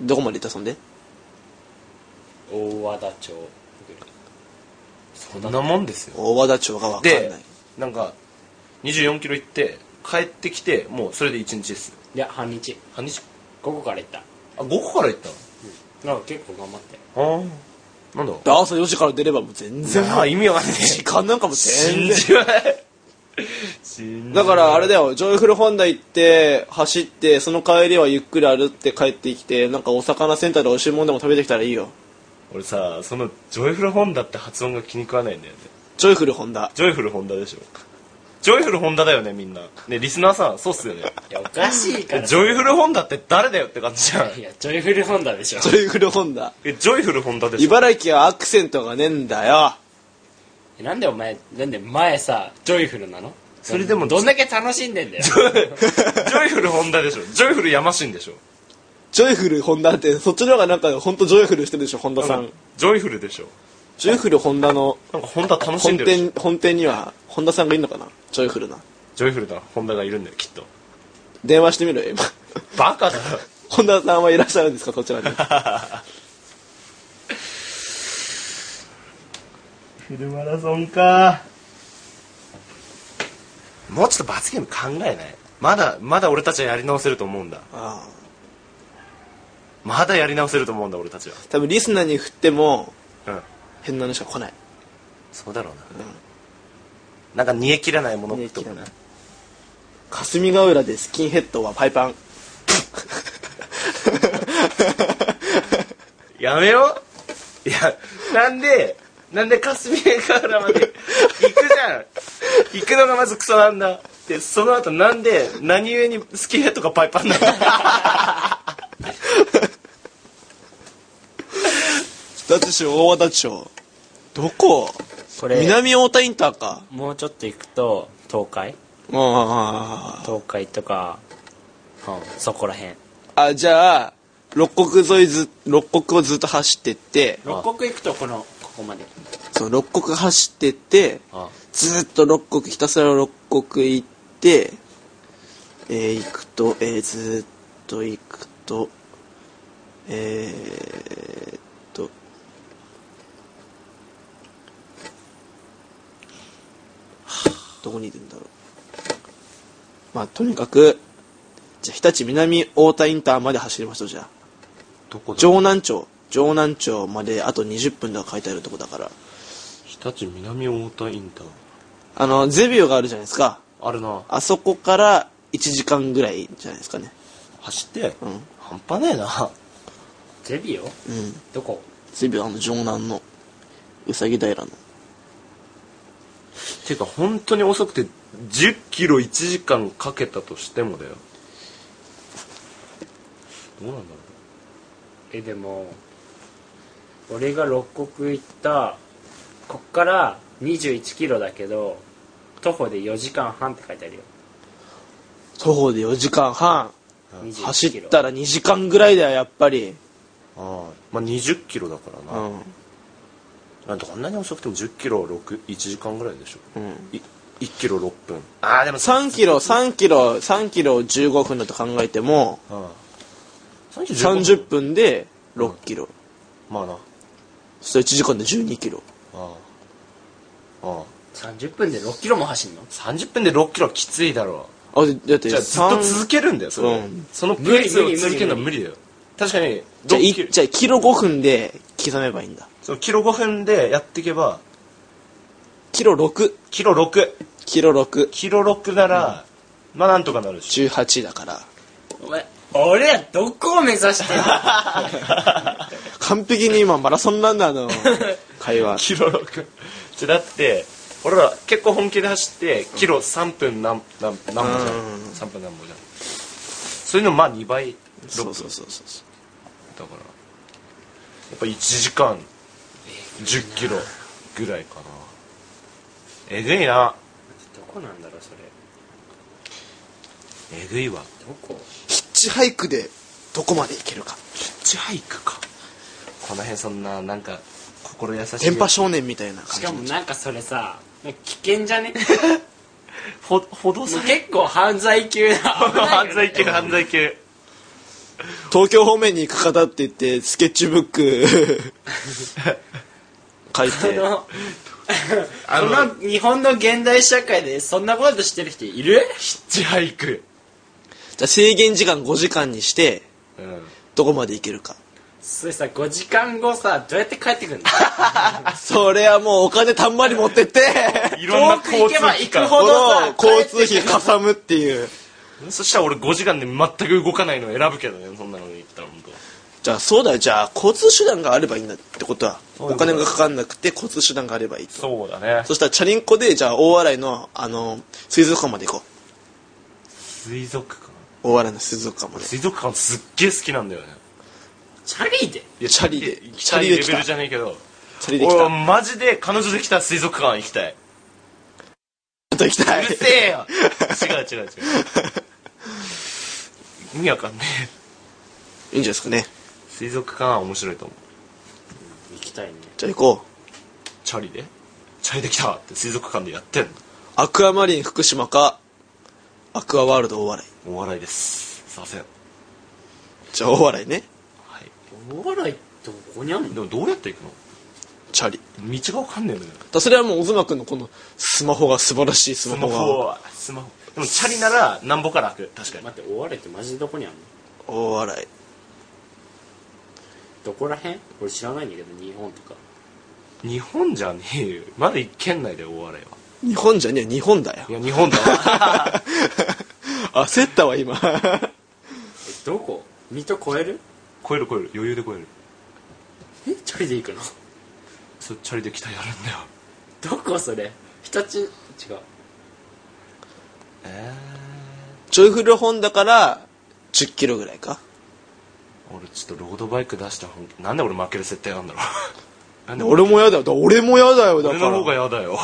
Speaker 1: どこまで行ったそんで
Speaker 3: 多分大和田町ぐらい
Speaker 2: そんなもんですよ
Speaker 1: 大和田町がわかんない
Speaker 2: でなんか2 4キロ行って帰ってきてもうそれで一日ですよ
Speaker 3: いや半日
Speaker 2: 半日
Speaker 3: 午後から行った
Speaker 2: あ午後から行った
Speaker 3: なんか結構頑張って
Speaker 2: のああなんだ
Speaker 1: で朝4時から出ればもう全然
Speaker 2: あ意味わ かんね
Speaker 1: 時間なんかも全
Speaker 2: 信
Speaker 1: 然
Speaker 2: じない信じな
Speaker 1: だ
Speaker 2: い
Speaker 1: からあれだよジョイフルホンダ行って走ってその帰りはゆっくり歩って帰ってきてなんかお魚センターで美味しいもんでも食べてきたらいいよ
Speaker 2: 俺さそのジョイフルホンダって発音が気に食わないんだよね
Speaker 1: ジョイフルホンダ
Speaker 2: ジョイフルホンダでしょジョイフルホンダだよねみんなねリスナーさんそうっすよね
Speaker 3: いやおかしいから
Speaker 2: ジョイフルホンダって誰だよって感じじゃん
Speaker 3: いやジョイフルホンダでしょ
Speaker 1: ジョイフルホンダ
Speaker 2: えジョイフルホンダでしょ
Speaker 1: 茨城はアクセントがねえんだよ
Speaker 3: なんでお前なんで前さジョイフルなの
Speaker 2: それでも
Speaker 3: どんだけ楽しんでんだよ
Speaker 2: ジョイフルホンダでしょジョイフルヤマシンでしょ
Speaker 1: ジョイフルホンダってそっちの方がなんか本当ジョイフルしてるでしょホンダさん
Speaker 2: ジョイフルでしょ
Speaker 1: ジョイフルホンダの
Speaker 2: なんかホンダ楽し
Speaker 1: 本
Speaker 2: んでるでしょ
Speaker 1: 店本店にはホンダさんがいるのかなジョイフルな
Speaker 2: ジョイフルなホンダがいるんだよきっと
Speaker 1: 電話してみろよ今
Speaker 2: バカだよ
Speaker 1: ホンダさんはいらっしゃるんですかそちら に
Speaker 2: フルマラソンかもうちょっと罰ゲーム考えないまだまだ俺たちはやり直せると思うんだ
Speaker 1: ああ
Speaker 2: まだやり直せると思うんだ俺たちは
Speaker 1: 多分リスナーに振っても
Speaker 2: うん
Speaker 1: 変なのしか来ない
Speaker 2: そうだろうな、なんか煮え切らないものとかね
Speaker 1: 霞ヶ浦でスキンヘッドはパイパン
Speaker 2: やめよいやなんでなんで霞ヶ浦まで行くじゃん行くのがまずクソなんだでその後なんで何故にスキンヘッドがパイパンなんだ
Speaker 1: だってし大和田町どこ
Speaker 3: これ
Speaker 1: 南太田インターか
Speaker 3: もうちょっと行くと東海
Speaker 1: うんうんうん
Speaker 3: 東海とか、そこら辺
Speaker 1: あじゃあ六国沿いず六国をずっと走ってって
Speaker 3: 六国行くとこのここまで
Speaker 1: その六国走ってって
Speaker 2: あ
Speaker 1: ずーっと六国ひたすら六国行ってえー、行くとえー、ずーっと行くとえー、っとはあどこにいるんだろうまあとにかくじゃあ日立南太田インターまで走りましょうじゃあ
Speaker 2: どこ
Speaker 1: 城南町城南町まであと20分では書いてあるとこだから
Speaker 2: 日立南太田インター
Speaker 1: あの、ゼビオがあるじゃないですか。
Speaker 2: あるな
Speaker 1: あそこから1時間ぐらいじゃないですかね。
Speaker 2: 走って、
Speaker 1: うん
Speaker 2: 半端ねえな
Speaker 3: ゼビオ
Speaker 1: うん。
Speaker 3: どこ
Speaker 1: ゼビオあの、城南の、うさぎ平の。
Speaker 2: ていうか本当に遅くて1 0キロ1時間かけたとしてもだよどうなんだろ
Speaker 3: えでも俺が六国行ったこっから21キロだけど徒歩で4時間半って書いてあるよ
Speaker 1: 徒歩で4時間半。
Speaker 3: 21
Speaker 1: 走
Speaker 3: キロ
Speaker 1: ったら2時間ぐらいだよ、やっぱり。
Speaker 2: うああまあ2 0キロだから
Speaker 1: う
Speaker 2: な、
Speaker 1: ん。
Speaker 2: なんとこんなに遅くても1 0キロ6 1時間ぐらいでし
Speaker 1: う
Speaker 2: ょ、
Speaker 1: ん。
Speaker 2: い1キロ6分ああでも
Speaker 1: 3キロ、3キロ、3キロ15分だと考えても、
Speaker 2: ああ30
Speaker 1: 30分で6キロ。
Speaker 2: まあなあ
Speaker 1: そして1時間で12キロ。
Speaker 2: あああ
Speaker 3: 30分で6キロも走んの
Speaker 2: 30分で6キロはきついだろ
Speaker 1: あ、でだって、
Speaker 2: じゃあずっと続
Speaker 1: け
Speaker 2: けるんだよそれ、
Speaker 1: うん
Speaker 2: そのペ
Speaker 3: 無理
Speaker 2: ースを
Speaker 3: 無理
Speaker 2: 続けるのは無理だよ確かに
Speaker 1: じゃあ、
Speaker 2: 6キ
Speaker 1: い
Speaker 2: ロ
Speaker 1: じゃあ、キロ5分で刻めばいいんだ。
Speaker 2: そのキロ5分でやっていけば
Speaker 1: キロ6。
Speaker 2: キロ6
Speaker 1: キロ6。
Speaker 2: キロ6なら、まあなんとかなるし
Speaker 1: 18だから。
Speaker 3: お前俺らどこを目指して んの
Speaker 1: 完璧に今、マラソンランナーの会話。
Speaker 2: キロ6じゃあだって俺ら結構本気で走ってキロ3分何何何歩じゃん
Speaker 1: うん
Speaker 2: 3分何歩じゃんそういうのまあ2倍6
Speaker 1: そ
Speaker 2: 分
Speaker 1: うそうそうそう。
Speaker 2: だからやっぱ1時間1 0キロぐらいかなえぐいな
Speaker 3: どこなんだろうそれ
Speaker 2: えぐいわ
Speaker 3: どこ
Speaker 1: ヒッチハイクで、どこまで行けるか。
Speaker 2: ヒッチハイクかこの辺そんななんか心優しい
Speaker 1: 電波少年みたいな
Speaker 3: し
Speaker 1: 感
Speaker 3: かもなんかそれさ危険じ ゃね
Speaker 2: ほほど され
Speaker 3: 結構犯罪級 だ
Speaker 2: 犯罪級犯罪級
Speaker 1: じ。東京方面に行く方って言って、スケッチブッ ク、書い
Speaker 3: そ
Speaker 1: て。
Speaker 3: の
Speaker 2: あの
Speaker 3: その日本の現代社会でそんなことしてる人いる
Speaker 2: ヒッチハイク
Speaker 1: じゃあ制限時間5時間にして、
Speaker 2: うん
Speaker 1: どこまで行けるか。
Speaker 3: それさ5時間後さどうやって帰ってくるの
Speaker 1: それはもうお金たんまり持ってって、
Speaker 2: いろんな
Speaker 3: 遠く行
Speaker 2: 交
Speaker 3: け
Speaker 2: 通
Speaker 3: ば
Speaker 2: 機
Speaker 3: 行く
Speaker 2: 関
Speaker 3: ほどさ
Speaker 1: この交通費かさむっていう。
Speaker 2: そしたら俺5時間で全く動かないの選ぶけどねそんなの言ったら本当。
Speaker 1: じゃあそうだよ。じゃあ交通手段があればいいんだってことは、
Speaker 2: そういう
Speaker 1: お
Speaker 2: こと
Speaker 1: 金がかかんなくて交通手段があればいいと。
Speaker 2: そうだね
Speaker 1: そしたらチャリンコで、じゃあ大洗の、あの、水族館まで行こ
Speaker 2: 水族館
Speaker 1: う。大洗の水族館まで。
Speaker 2: 水族館すっげえ好きなんだよね
Speaker 3: チャリで
Speaker 2: いや
Speaker 1: チャリで
Speaker 2: 行き
Speaker 1: チ
Speaker 2: た
Speaker 1: ャ
Speaker 2: い
Speaker 1: リで
Speaker 2: レ
Speaker 1: 来た
Speaker 2: ベルじゃねえけど
Speaker 1: チャリで
Speaker 2: 俺
Speaker 1: 来た。
Speaker 2: は
Speaker 1: ち
Speaker 2: マジで彼女できた水族館行きたい
Speaker 1: ょっと行きた
Speaker 2: う
Speaker 1: い
Speaker 2: る。せえよ 違う違う違う意味わかんねえ
Speaker 1: いいんじゃないですかね。
Speaker 2: 水族館は面白いと思う
Speaker 3: 行きたいね
Speaker 1: じゃあ行こう。
Speaker 2: チャリでチャリできたって水族館でやってんの
Speaker 1: アクアマリン福島か、アクアワールド大洗。
Speaker 2: お笑いですすいません
Speaker 1: じゃあ大洗ね。
Speaker 2: はい
Speaker 3: 大洗ってどこにあんの
Speaker 2: でもどうやって行くの
Speaker 1: チャリ。
Speaker 2: 道がわかんねえのよ
Speaker 1: だからそれはもう小妻君のこのスマホが素晴らしいスマ
Speaker 2: スマ
Speaker 1: ホが
Speaker 2: ホはスマホでもチャリならなんぼから開く確かに
Speaker 3: 待って大洗ってマジでどこにあんの
Speaker 1: 大笑い
Speaker 3: どこら辺俺知らないんだけど日本とか
Speaker 2: 日本じゃねえよまだ一県内でお笑いは
Speaker 1: 日本じゃねえ日本だよ
Speaker 2: いや日本だわ
Speaker 1: 焦ったわ今
Speaker 3: えどこ水戸越える
Speaker 2: 超える超える余裕で超える
Speaker 3: えチャリで行くの
Speaker 2: それチャリで来たやるんだよ
Speaker 3: どこそれ日立違う
Speaker 2: え
Speaker 1: ジョイフルホンダから1 0キロぐらいか
Speaker 2: え俺ちょっとロードバイク出した本気なんで俺負ける設定なんだろう なんで
Speaker 1: 俺もやだよだ俺もやだよだ
Speaker 2: 俺
Speaker 1: から
Speaker 2: の方がやだよ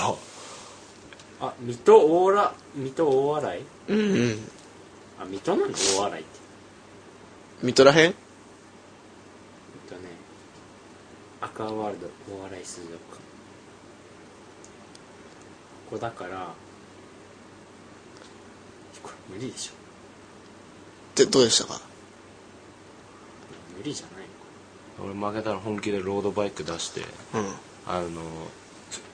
Speaker 3: あ水戸大洗水戸大洗
Speaker 1: うんうん
Speaker 3: あ水戸なの大洗って
Speaker 1: 水戸らへん
Speaker 3: えっとねアクアワールド大洗水族館ここだからこれ無理でしょ
Speaker 1: ってどうでしたか
Speaker 3: 無理じゃないの
Speaker 2: 俺負けたら本気でロードバイク出して
Speaker 1: うん
Speaker 2: あの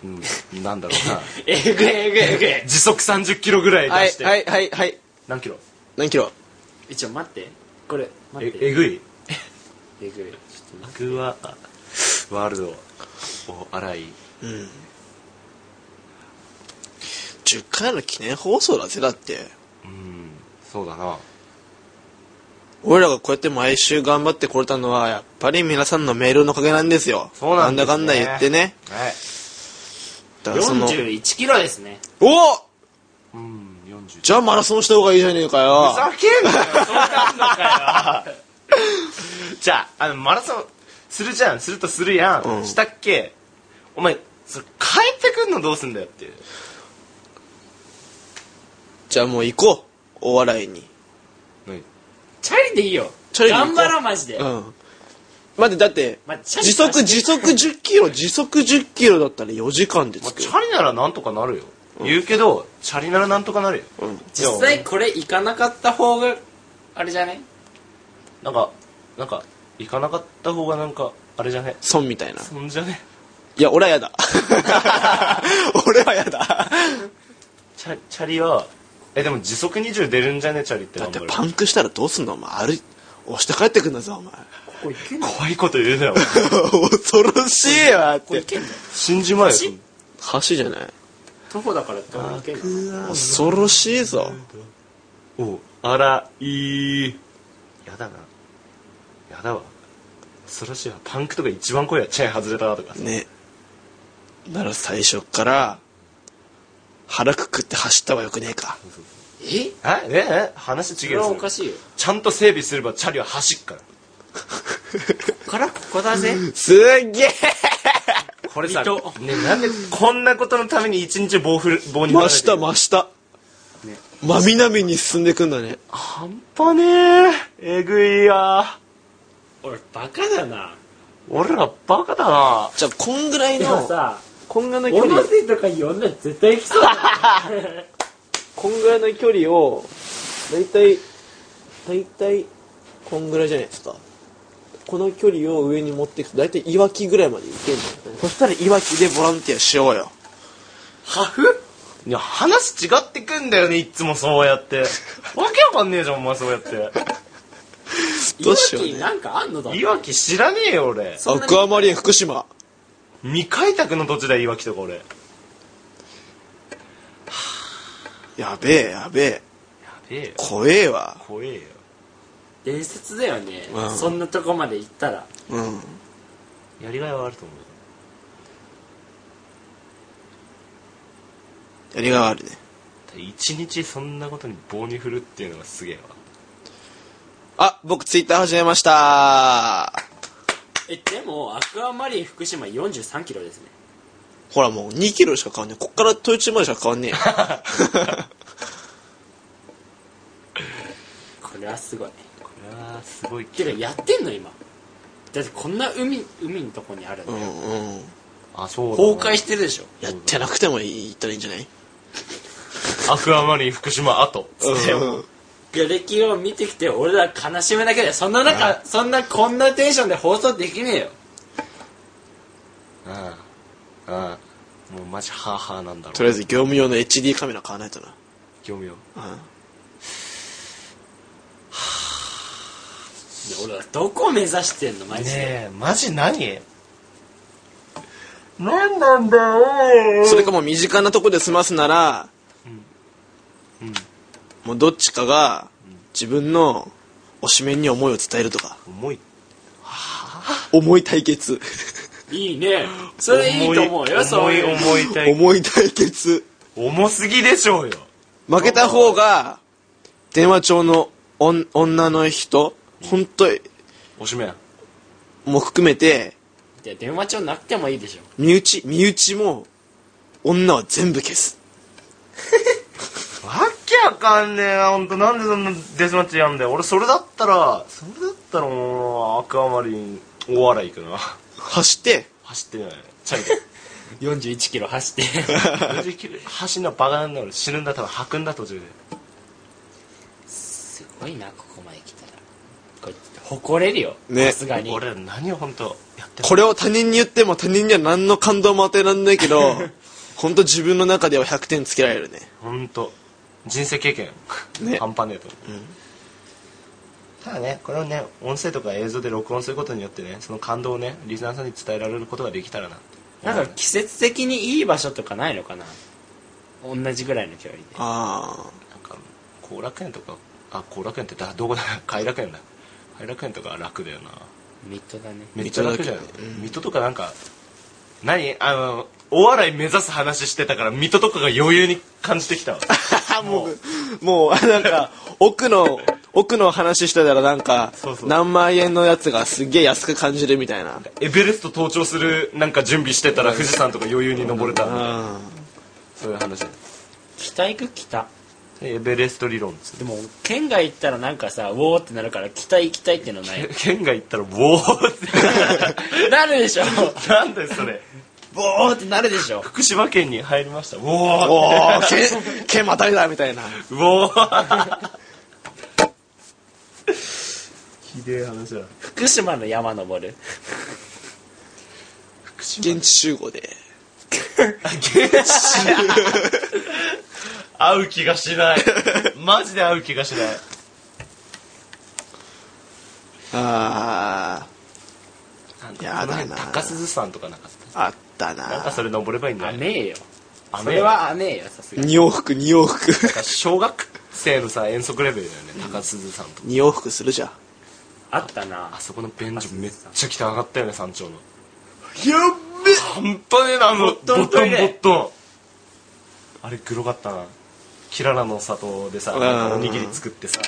Speaker 2: うんなんだろうな
Speaker 3: えぐいえぐいえぐ い
Speaker 2: 時速30キロぐらい
Speaker 1: は
Speaker 2: 出
Speaker 1: い
Speaker 2: して、
Speaker 1: はいはいはい
Speaker 2: 何キロ
Speaker 1: 何キロ
Speaker 3: えちょ待ってこれ待
Speaker 2: え
Speaker 3: って
Speaker 2: えぐい
Speaker 3: えぐいちょっと
Speaker 2: ア
Speaker 3: 待って
Speaker 2: クアワールドお洗い
Speaker 1: うん10回の記念放送だぜ、だって。
Speaker 2: うんそうだな
Speaker 1: 俺らがこうやって毎週頑張ってこれたのは、やっぱり皆さんのメールのおかげなんですよ。
Speaker 2: そうなんで
Speaker 1: だ
Speaker 2: すね
Speaker 1: かんだ言ってね。
Speaker 2: はい
Speaker 1: だからその、
Speaker 3: 41キロですね
Speaker 1: お
Speaker 2: うん40
Speaker 1: じゃあマラソンした方がいいじゃねえかよ
Speaker 2: ふ。ざけんなよそうなんのかよじゃああのマラソンするじゃんするとするやん、
Speaker 1: うん
Speaker 2: したっけお前それ帰ってくんのどうすんだよって
Speaker 1: じゃあもう行こう。お笑いに。
Speaker 3: チャリでいいよ
Speaker 1: チャリで行こ
Speaker 3: 頑
Speaker 1: う
Speaker 3: 張ろうマジで、
Speaker 1: うん。待って、だって、
Speaker 3: まあチャリ
Speaker 1: 時速、時速10キロ、時速10キロだったら4時間で
Speaker 2: まあ
Speaker 1: 着く
Speaker 2: チ
Speaker 1: よ。
Speaker 2: ャリならなんとかなるよ、言うけどチャリならなんとかなるよ、
Speaker 1: うん
Speaker 3: 実際これ行かなかった方があれじゃない
Speaker 2: なんかなんか行かなかった方がなんかあれじゃね
Speaker 1: 損みたいな。
Speaker 2: そんじゃね
Speaker 1: いや、俺はや だ。俺はやだ。
Speaker 2: チャチャリはえでも時速20出るんじゃねチャリって
Speaker 1: だって
Speaker 2: 頑張れば
Speaker 1: パンクしたらどうすんのお前、歩い、押して帰ってくんだぞ、お前。
Speaker 3: ここ行けんの
Speaker 2: 怖いこと言うな よ
Speaker 1: 恐ろしいわっ
Speaker 3: ここ
Speaker 1: て
Speaker 3: 行。けんの
Speaker 2: 信じまよ
Speaker 3: し
Speaker 1: 橋じゃない
Speaker 3: 徒歩だからどこ行けんの
Speaker 1: 恐ろしいぞ。
Speaker 2: おあらいいやだなやだわ恐ろしいわパンクとか一番声やチェーン外れたなとか
Speaker 1: ね。なら最初っから、腹くくって走った方がよくねえか。
Speaker 3: え
Speaker 2: えええ話
Speaker 3: そ
Speaker 2: 違う
Speaker 3: れは
Speaker 2: よ
Speaker 3: おかしいよ
Speaker 2: ちゃんと整備すればチャリは走っから
Speaker 3: ここからここだぜ
Speaker 1: すっげえ
Speaker 2: これさ、ね
Speaker 3: 水戸、
Speaker 2: なんでこんなことのために一日棒振る棒に
Speaker 1: 真下、
Speaker 2: ま
Speaker 1: 真下。真南に進んでくんだね。
Speaker 2: 半端ねええぐいや
Speaker 3: 俺バカだな
Speaker 2: 俺らバカだな
Speaker 1: じゃあ、こんぐらい
Speaker 3: でも
Speaker 1: の、
Speaker 3: さ
Speaker 1: こんぐらいの距
Speaker 3: 温
Speaker 1: 離
Speaker 3: 度、水とか呼んだら絶対行きそう だ
Speaker 1: こんぐらいの距離を、だいたい、だいたい、こんぐらいじゃないですか。この距離を上に持っていくと、だいたいいわきぐらいまで行けんのよね。そしたらいわきでボランティアしようよ。
Speaker 2: ハフいや話違ってくんだよねいっつもそうや ってわけわかんねえじゃんお前そうやって
Speaker 1: どうしよう
Speaker 3: いわき
Speaker 1: ね。
Speaker 3: なんかあんのだって
Speaker 2: いわき知らねえよ俺
Speaker 3: そん
Speaker 1: ア
Speaker 3: な
Speaker 1: クア
Speaker 3: に
Speaker 1: マリン福島。
Speaker 2: 未開拓の土地だよいわきとか俺や
Speaker 1: やべえ、やべえ。
Speaker 2: べえよ
Speaker 1: 怖えわ。
Speaker 2: 怖えよ
Speaker 3: 伝説だよね
Speaker 1: うん
Speaker 3: そんなとこまで行ったら
Speaker 1: うん。
Speaker 2: やりがいはあると思う
Speaker 1: やりがいはあるね。
Speaker 2: 一日そんなことに棒に振るっていうのがすげえわ
Speaker 1: あ、僕ツイッター始めました。
Speaker 3: えでもアクアマリン福島43キロですね
Speaker 1: ほらもう2キロしか変わんねえ。こっから豊中までしか変わん ねえよ。
Speaker 3: これはすごい
Speaker 2: これはすごい
Speaker 3: てかやってんの今だってこんな海海のとこにあるんだ
Speaker 1: う
Speaker 3: よ、
Speaker 1: んうん。
Speaker 2: あそうだな
Speaker 3: 崩壊してるでしょ
Speaker 1: やってなくてもいいったらいいんじゃない
Speaker 2: アクアマリン福島後
Speaker 1: うんうん。
Speaker 3: が歴を見てきて俺ら悲しむだけでそんな中、そんなこんなテンションで放送できねえよ
Speaker 2: ああもうマジハーハーなんだ
Speaker 1: と
Speaker 2: ろう
Speaker 1: りあえず業務用の HD カメラ買わないとな。
Speaker 2: 業務用
Speaker 1: うん。
Speaker 3: で俺らどこを目指してんのマジで、
Speaker 2: ねえマジ何何なんだよ
Speaker 1: それかもう身近なとこで済ますなら、
Speaker 2: うん
Speaker 1: もうどっちかが自分の推しメンに思いを伝えるとか、
Speaker 2: 重い
Speaker 1: 思い対決、
Speaker 3: いいねそれいいと思うよそういう
Speaker 2: 重い重い体
Speaker 1: 思い対決、
Speaker 2: 重すぎでしょうよ
Speaker 1: 負けた方が電話帳のおん女の人、本当
Speaker 2: おしめや
Speaker 1: も含めて、
Speaker 3: いや電話帳なくてもいいでしょ
Speaker 1: 身内、身内も女は全部消す。
Speaker 2: わけわかんねえな、ほんと。なんでそんなデスマッチやんだよ。俺、それだったら、それだったらもう、アクアマリン、大笑い行くな。
Speaker 1: 走って、
Speaker 2: 走ってない。チャリで。
Speaker 3: 41キロ走 って
Speaker 2: 49走んのバカなんだ俺。死ぬんだ、多分吐くんだ、途中で。
Speaker 3: すごいなここまで来たらこれ誇れるよ
Speaker 1: ね
Speaker 3: さすがに
Speaker 2: 俺ら何をほんと、やってんの
Speaker 1: これを他人に言っても他人には何の感動も与えらんないけ ど、本当自分の中では100点つけられるね。
Speaker 2: ほんと。人生経験、
Speaker 1: ね
Speaker 2: 半端ねえと思う。ただね、これをね、音声とか映像で録音することによってね、その感動をね、リスナーさんに伝えられることができたらなって。
Speaker 3: なんか季節的にいい場所とかないのかな同じぐらいの距離で
Speaker 1: あ
Speaker 2: なんか後楽園とかあ後楽園ってだどこだ偕楽園だ偕楽園とかは楽だよな
Speaker 3: ミッドだね
Speaker 2: めっちゃ楽じゃん
Speaker 1: 水戸だけねうん
Speaker 2: 水戸とかなんか何あの大笑い目指す話してたから水戸とかが余裕に感じてきたわ
Speaker 1: あもうもうなんか奥の 奥の話してたらなんか
Speaker 2: そうそう
Speaker 1: 何万円のやつがすっげえ安く感じるみたいな
Speaker 2: エベレスト登頂するなんか準備してたら富士山とか余裕に登れたみたいな
Speaker 1: あ
Speaker 2: そういう話で
Speaker 3: 北行く北
Speaker 2: エベレスト理論っつって
Speaker 3: でも県外行ったらなんかさウォーってなるから北行きたいってのない
Speaker 2: 県外行ったらボーっ
Speaker 3: なるでしょ
Speaker 2: てなんだよそれ
Speaker 3: ボーってなるでしょ
Speaker 2: 福島県に入りましたボー
Speaker 1: おおけけまたいだみたいな
Speaker 2: うおーひでえ話だ
Speaker 3: 福島の山登る
Speaker 2: 福島
Speaker 1: 現地集合で
Speaker 2: 合う気がしないマジで合う気がしない
Speaker 1: あ
Speaker 2: なん
Speaker 1: やだな
Speaker 2: この辺高鈴山とかなかっ
Speaker 1: ああった
Speaker 2: たなんか
Speaker 1: な
Speaker 2: それ登ればいいんだよ
Speaker 3: 甘えよ
Speaker 2: あ
Speaker 3: それは甘えよさすがに
Speaker 1: 二往復二往復
Speaker 2: なんか小学生のさ遠足レベルだよね高鈴山とか
Speaker 1: 二往復するじゃん
Speaker 3: あったな
Speaker 2: あそこの便所めっちゃ汚かったよね山頂の
Speaker 1: やっ
Speaker 2: 半端ねえなあのボット
Speaker 3: ト
Speaker 2: ン
Speaker 3: ン
Speaker 2: ボ
Speaker 3: トイレ
Speaker 2: ットンあれ黒かったなキララの里でさ
Speaker 1: うん
Speaker 2: なんかおにぎり作ってさ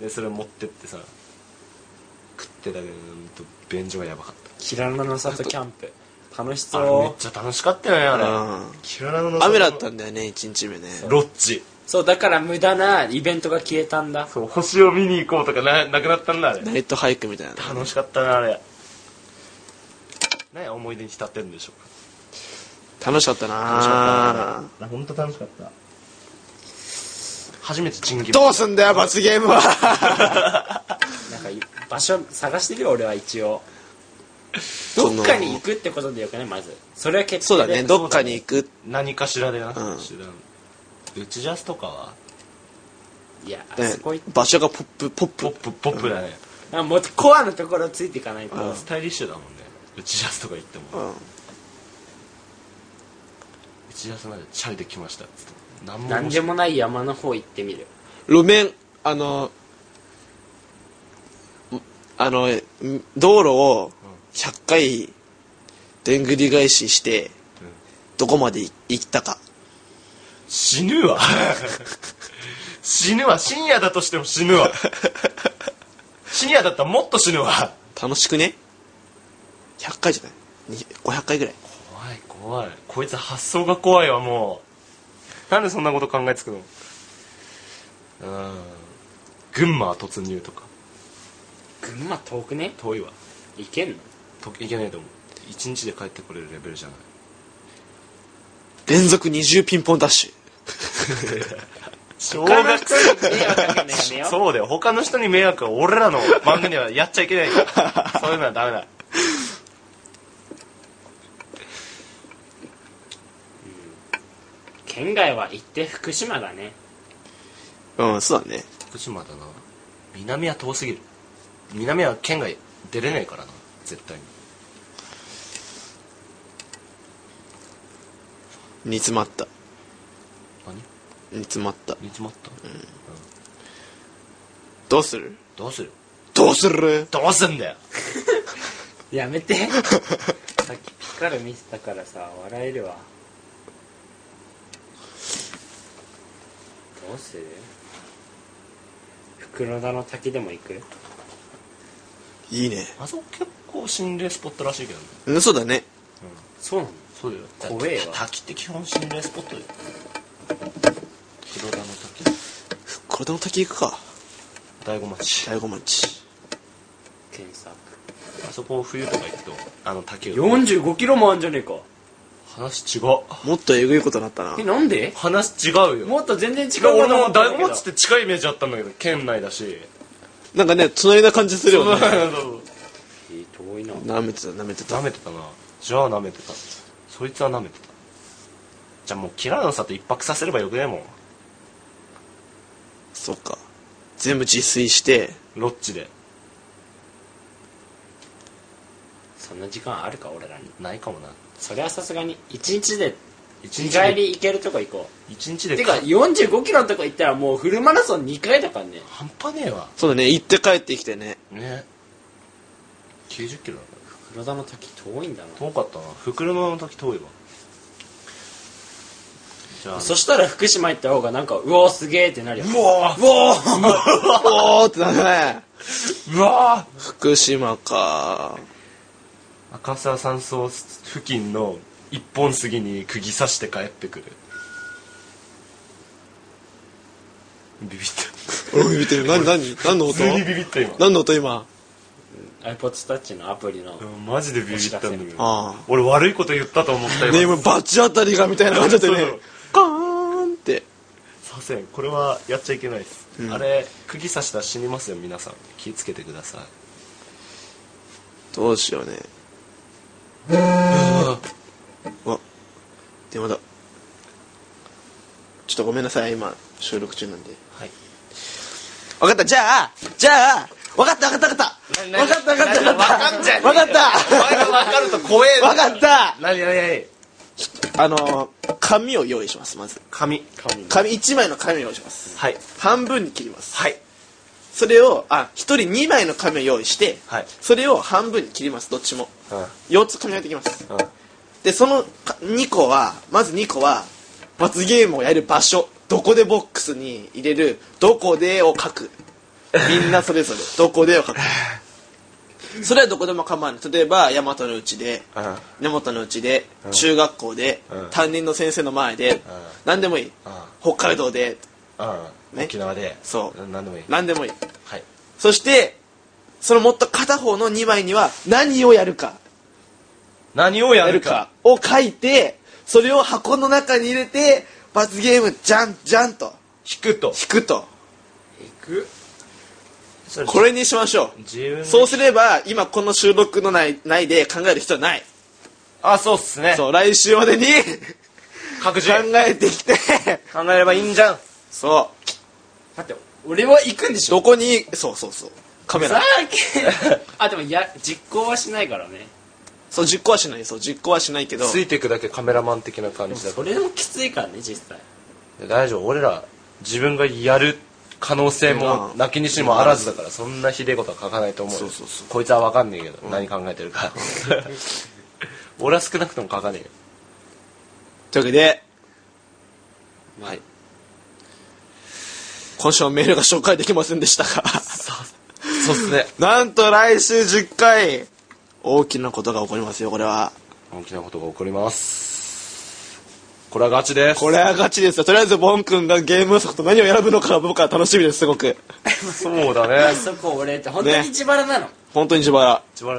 Speaker 2: でそれ持ってってさ食ってたけどうんと便所がやばかった
Speaker 3: キララの里キャンプ楽し
Speaker 2: あれめっ
Speaker 3: そ
Speaker 2: ちゃ楽しかったよねあ
Speaker 1: うん
Speaker 2: れキララの里
Speaker 1: 雨だったんだよね一日目ね
Speaker 2: ロッジ
Speaker 3: うそうだから無駄なイベントが消えたんだ
Speaker 2: そう星を見に行こうとかななくなったんだあれ
Speaker 1: ナイトハイクみたいな
Speaker 2: 楽しかったなあれね思い出に浸ってるんでしょう
Speaker 1: 楽しかった
Speaker 2: か楽しか
Speaker 1: な
Speaker 2: ったな本当楽しかった初めてチンギ
Speaker 1: どうすんだよ罰ゲーム は
Speaker 3: なんかい場所探してるよ俺は一応
Speaker 1: この
Speaker 3: どっかに行くってことでよくねまずそれは決定
Speaker 1: そうだ
Speaker 3: で
Speaker 1: ねどっかに行く
Speaker 2: 何かしらでな、
Speaker 1: うん
Speaker 2: 知らんうちジャスとかはい
Speaker 3: やあ
Speaker 1: ね
Speaker 3: そこ行っ
Speaker 1: 場所がポップポッ
Speaker 2: ポ
Speaker 1: プ
Speaker 2: ップポップだね、
Speaker 3: なんかもっとコアのところついていかないと
Speaker 2: スタイリッシュだもんねうちジャスとか行っても、う
Speaker 1: うん
Speaker 2: ちジャスまでチャリで来ましたっつって何も
Speaker 3: なんでもない山の方行ってみる
Speaker 1: 路面あのんあのん道路を100回でんぐり返ししてどこまで行ったか
Speaker 2: 死ぬわ 死ぬわ深夜だとしても死ぬ わ深夜だったらもっと死ぬわ
Speaker 1: 楽しくね100回じゃないに500回ぐらい
Speaker 2: 怖い怖いこいつ発想が怖いわもうなんでそんなこと考えつくのうん群馬突入とか
Speaker 3: 群馬遠くね
Speaker 2: 遠いわ
Speaker 3: 行けんの
Speaker 2: といけないと思う一日で帰ってこれるレベルじゃない
Speaker 1: 連続20ピンポンダッシュ
Speaker 2: 小
Speaker 3: 他の人に迷惑かけんのやめよう
Speaker 2: そうだよ他の人に迷惑は俺らの番組ではやっちゃいけないからそういうのはダメだ
Speaker 3: 県外は行って福島だね
Speaker 1: うんそうだね
Speaker 2: 福島だな南は遠すぎる南は県外出れないからな絶対に
Speaker 1: 煮詰まった
Speaker 2: 何
Speaker 1: 煮詰まった
Speaker 2: 煮詰まった、うん
Speaker 1: どうする
Speaker 2: どうする
Speaker 1: どうする
Speaker 2: どうすんだよ
Speaker 3: やめてさっきピカル見てたからさ笑えるわどうする袋田の滝でも行く
Speaker 1: いいね
Speaker 2: あそこ結構心霊スポットらしいけどね
Speaker 1: うんそうだね
Speaker 3: そうなの
Speaker 2: そうだよ
Speaker 3: 怖えわ
Speaker 2: 滝って基本心霊スポットだよ黒田の滝
Speaker 1: これでも滝行くか
Speaker 2: 大子町
Speaker 1: 大子町
Speaker 3: 検索
Speaker 2: あそこ冬とか行くとあの竹を
Speaker 3: 45キロもあんじゃねえか
Speaker 2: 話違う
Speaker 1: もっとえぐいことになったな
Speaker 3: えなんで
Speaker 2: 話違うよ
Speaker 3: もっと全然違う
Speaker 2: 俺
Speaker 3: かと思
Speaker 2: も
Speaker 3: ったん
Speaker 2: 大
Speaker 3: だけど
Speaker 2: 子町って近いイメージあったんだけど県内だし
Speaker 1: なんかね隣な感じするよね
Speaker 3: えー遠いな
Speaker 1: 舐めてた舐めてた
Speaker 2: なめてたなじゃあなめてたそいつはなめてたじゃあもうキララの里一泊させればよくねえもん
Speaker 1: そうか全部自炊して
Speaker 2: ロッチで
Speaker 3: そんな時間あるか俺らに
Speaker 2: ないかもな
Speaker 3: それはさすがに1日で
Speaker 2: 一
Speaker 3: 日
Speaker 2: 日
Speaker 3: 帰
Speaker 2: で
Speaker 3: り行けるとこ行こ
Speaker 2: 一日
Speaker 3: う
Speaker 2: で
Speaker 3: てか45キロのとこ行ったらもうフルマラソン2回だからね
Speaker 2: 半端ねえわ
Speaker 1: そうだね行って帰ってきてね
Speaker 2: ね90キロだから
Speaker 3: 黒田の滝遠いんだな
Speaker 2: 遠かったな福沼の時遠いわじゃあ
Speaker 3: そしたら福島行った方がなんかうおーすげーってなるよ
Speaker 2: うわ
Speaker 1: うおーおーってなるね
Speaker 2: ーうわー
Speaker 1: 福島か
Speaker 2: 赤沢山荘付近の一本杉に釘刺して帰ってくるビビった
Speaker 1: 俺見てる何何何の
Speaker 2: 普
Speaker 1: 音
Speaker 2: 通にビビった今
Speaker 1: 何の音今
Speaker 3: iPodTouch のアプリの
Speaker 2: うんマジでビビったんだけど
Speaker 1: ああ
Speaker 2: 俺悪いこと言ったと思ったよ
Speaker 1: ね今バチ当たりがみたいな感じだった
Speaker 2: そう
Speaker 1: よ
Speaker 2: そ
Speaker 1: ね
Speaker 2: う
Speaker 1: カーンって
Speaker 2: させんこれはやっちゃいけないです、
Speaker 1: うん
Speaker 2: あれ釘刺したら死にますよ皆さん気をつけてください
Speaker 1: どうしようねうわ電話だちょっとごめんなさい今収録中なんで
Speaker 2: はい
Speaker 1: 分かったじゃあじゃあ分かった分かった分かった分かった分かった分
Speaker 2: 分かんじゃねえよ
Speaker 1: 分かった
Speaker 2: お前が分かると怖え
Speaker 1: 分かった
Speaker 2: 何何何
Speaker 1: あのー紙を用意しますまず
Speaker 2: 紙
Speaker 3: 紙
Speaker 1: 紙1枚の紙を用意します
Speaker 2: はい
Speaker 1: 半分に切ります
Speaker 2: はい
Speaker 1: それをあ1人2枚の紙を用意して、
Speaker 2: はい
Speaker 1: それを半分に切りますどっちも
Speaker 2: うんうん
Speaker 1: 4つ紙ができますでその2個はまず2個は罰ゲームをやる場所どこでボックスに入れるどこでを書くみんなそれ ぞれどこでを書くそれはどこでも構わない例えば大和のうちで
Speaker 2: うん
Speaker 1: 根本のうちで、中学校で、
Speaker 2: うん
Speaker 1: 担任の先生の前で、何でもいい、北海道で
Speaker 2: うん、
Speaker 1: ね
Speaker 2: 沖縄で
Speaker 1: そう
Speaker 2: な何でもいい
Speaker 1: 何でもいい
Speaker 2: はい
Speaker 1: そしてそのもっと片方の2枚には何をやるか
Speaker 2: 何を
Speaker 1: や
Speaker 2: やる
Speaker 1: る
Speaker 2: か
Speaker 1: かを書いてそれを箱の中に入れて罰ゲームじゃんじゃんと
Speaker 2: 引くと
Speaker 1: 引くと
Speaker 3: 行く
Speaker 1: これにしましょ
Speaker 2: 自分
Speaker 1: う
Speaker 2: で
Speaker 1: そうすれば今この収録の内内で考える必要はない
Speaker 2: あそうっすね
Speaker 1: そう来週ま でに
Speaker 2: 各
Speaker 1: 考
Speaker 2: 自
Speaker 1: えてきて
Speaker 2: 考えればいいんじゃん
Speaker 1: そ
Speaker 3: 待って俺は行くんで
Speaker 1: う
Speaker 3: しょ
Speaker 1: どこにそうそうそうカメ
Speaker 3: ふざ
Speaker 1: ラ
Speaker 3: けんあでもや実行はしないからね
Speaker 1: そう実行はしないそう実行はしないけど
Speaker 2: ついていくだけカメラマン的な感
Speaker 3: でも
Speaker 2: じだ
Speaker 3: それもきついからね実際
Speaker 2: 大丈夫俺ら自分がやる可能性も
Speaker 1: うん
Speaker 2: 泣きにしもあらずだからそんなひでえことは書かないと思うよ
Speaker 1: そうそうそう
Speaker 2: こいつは分かんねえけど、何考えてるか 俺は少なくとも書かねえよ
Speaker 1: というわけで
Speaker 3: はい
Speaker 1: 今週はメールが紹介できませんでしたが
Speaker 2: そうっすね
Speaker 1: なんと来週10回大きなことが起こりますよこれは
Speaker 2: 大きなことが起こりますこれはガチです
Speaker 1: これは勝ちですよとりあえずボン君がゲーム予測と何を選ぶのかが僕は楽しみですすごく
Speaker 2: そうだ
Speaker 3: あ
Speaker 2: ね
Speaker 3: そこ俺って本当に自腹なの、
Speaker 1: 本当に自腹
Speaker 2: 一番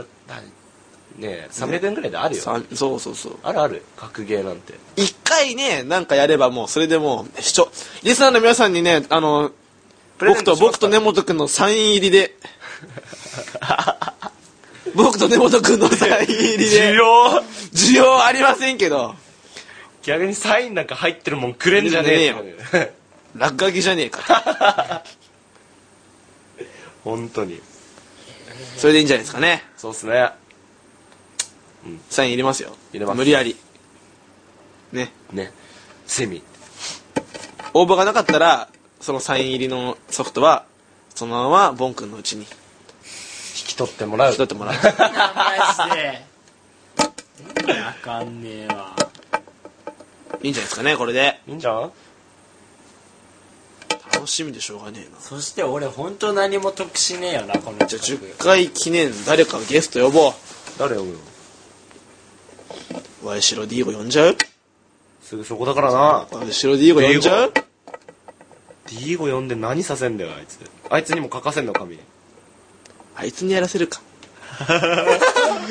Speaker 2: ねえ300円ぐらいであるよ、
Speaker 1: さんそうそうそう
Speaker 2: あるある格ゲーなんて
Speaker 1: 一回ねなんかやればもうそれでもう視聴リスナーの皆さんにねあの僕と僕と根本君のサイン入り で僕と根本君のサイン入り
Speaker 2: 需
Speaker 1: で
Speaker 2: 要
Speaker 1: 需要ありませんけど
Speaker 2: 逆にサインなんか入ってるもんくれんじゃねえよ
Speaker 1: くれ落書きじゃねえか
Speaker 2: 本当に
Speaker 1: それでいいんじゃないですかね
Speaker 2: そうっすね
Speaker 1: サイン入れますよ
Speaker 2: 入れます
Speaker 1: 無理やりね
Speaker 2: ねセミ
Speaker 1: 応募がなかったらそのサイン入りのソフトはそのままボン君のうちに
Speaker 2: 引き取ってもらう
Speaker 1: 取って もらう
Speaker 3: マジであかんねえわ
Speaker 1: いいんじゃないですかねこれで
Speaker 2: いいんじゃん
Speaker 1: 楽しみでしょうがねえな
Speaker 3: そして俺本当何も得しねえよなこの
Speaker 1: じゃあ
Speaker 3: 企
Speaker 1: 10回記念誰かゲスト呼ぼ
Speaker 2: 誰呼ぶの
Speaker 1: うワイシロ D を呼んじゃう
Speaker 2: すぐそこだからな
Speaker 1: ワイシロ D を呼んじゃう
Speaker 2: D 語呼んで何させんだよあいつあいつにも書かせんの紙
Speaker 1: あいつにやらせる か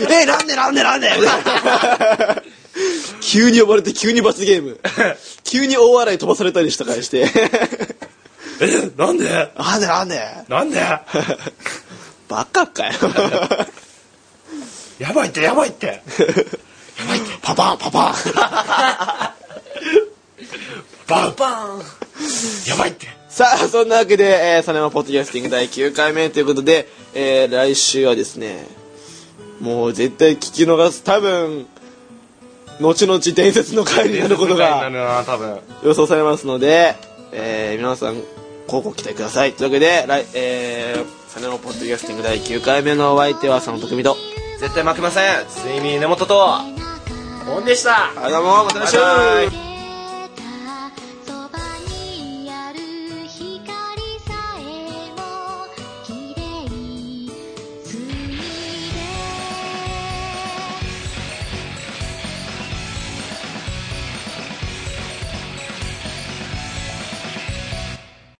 Speaker 1: えなんでなんでなんで急に呼ばれて急に罰ゲ ーム急に大笑い飛ばされたりしたかりして
Speaker 2: えなんで
Speaker 1: なんでなんで
Speaker 2: なんで
Speaker 1: バカかよ
Speaker 2: やばいってやばいって
Speaker 1: パパンパパン
Speaker 2: バウ
Speaker 3: バーン
Speaker 2: やばいって
Speaker 1: さあ、そんなわけで、えー、サネマポッドキャスティング第9回目ということで、えー、来週はですね、もう絶対聞き逃す、多分、後々伝説の回になること
Speaker 2: な
Speaker 1: が
Speaker 2: るな多分
Speaker 1: 予想されますので、えー皆さん広告期待くださいというわけで来、えー、サネモポッドキャスティング第9回目のお相手は佐野匠と
Speaker 2: 絶対負けません睡眠根本と
Speaker 3: オンでした
Speaker 1: はいどうもまた来週
Speaker 2: バイバイ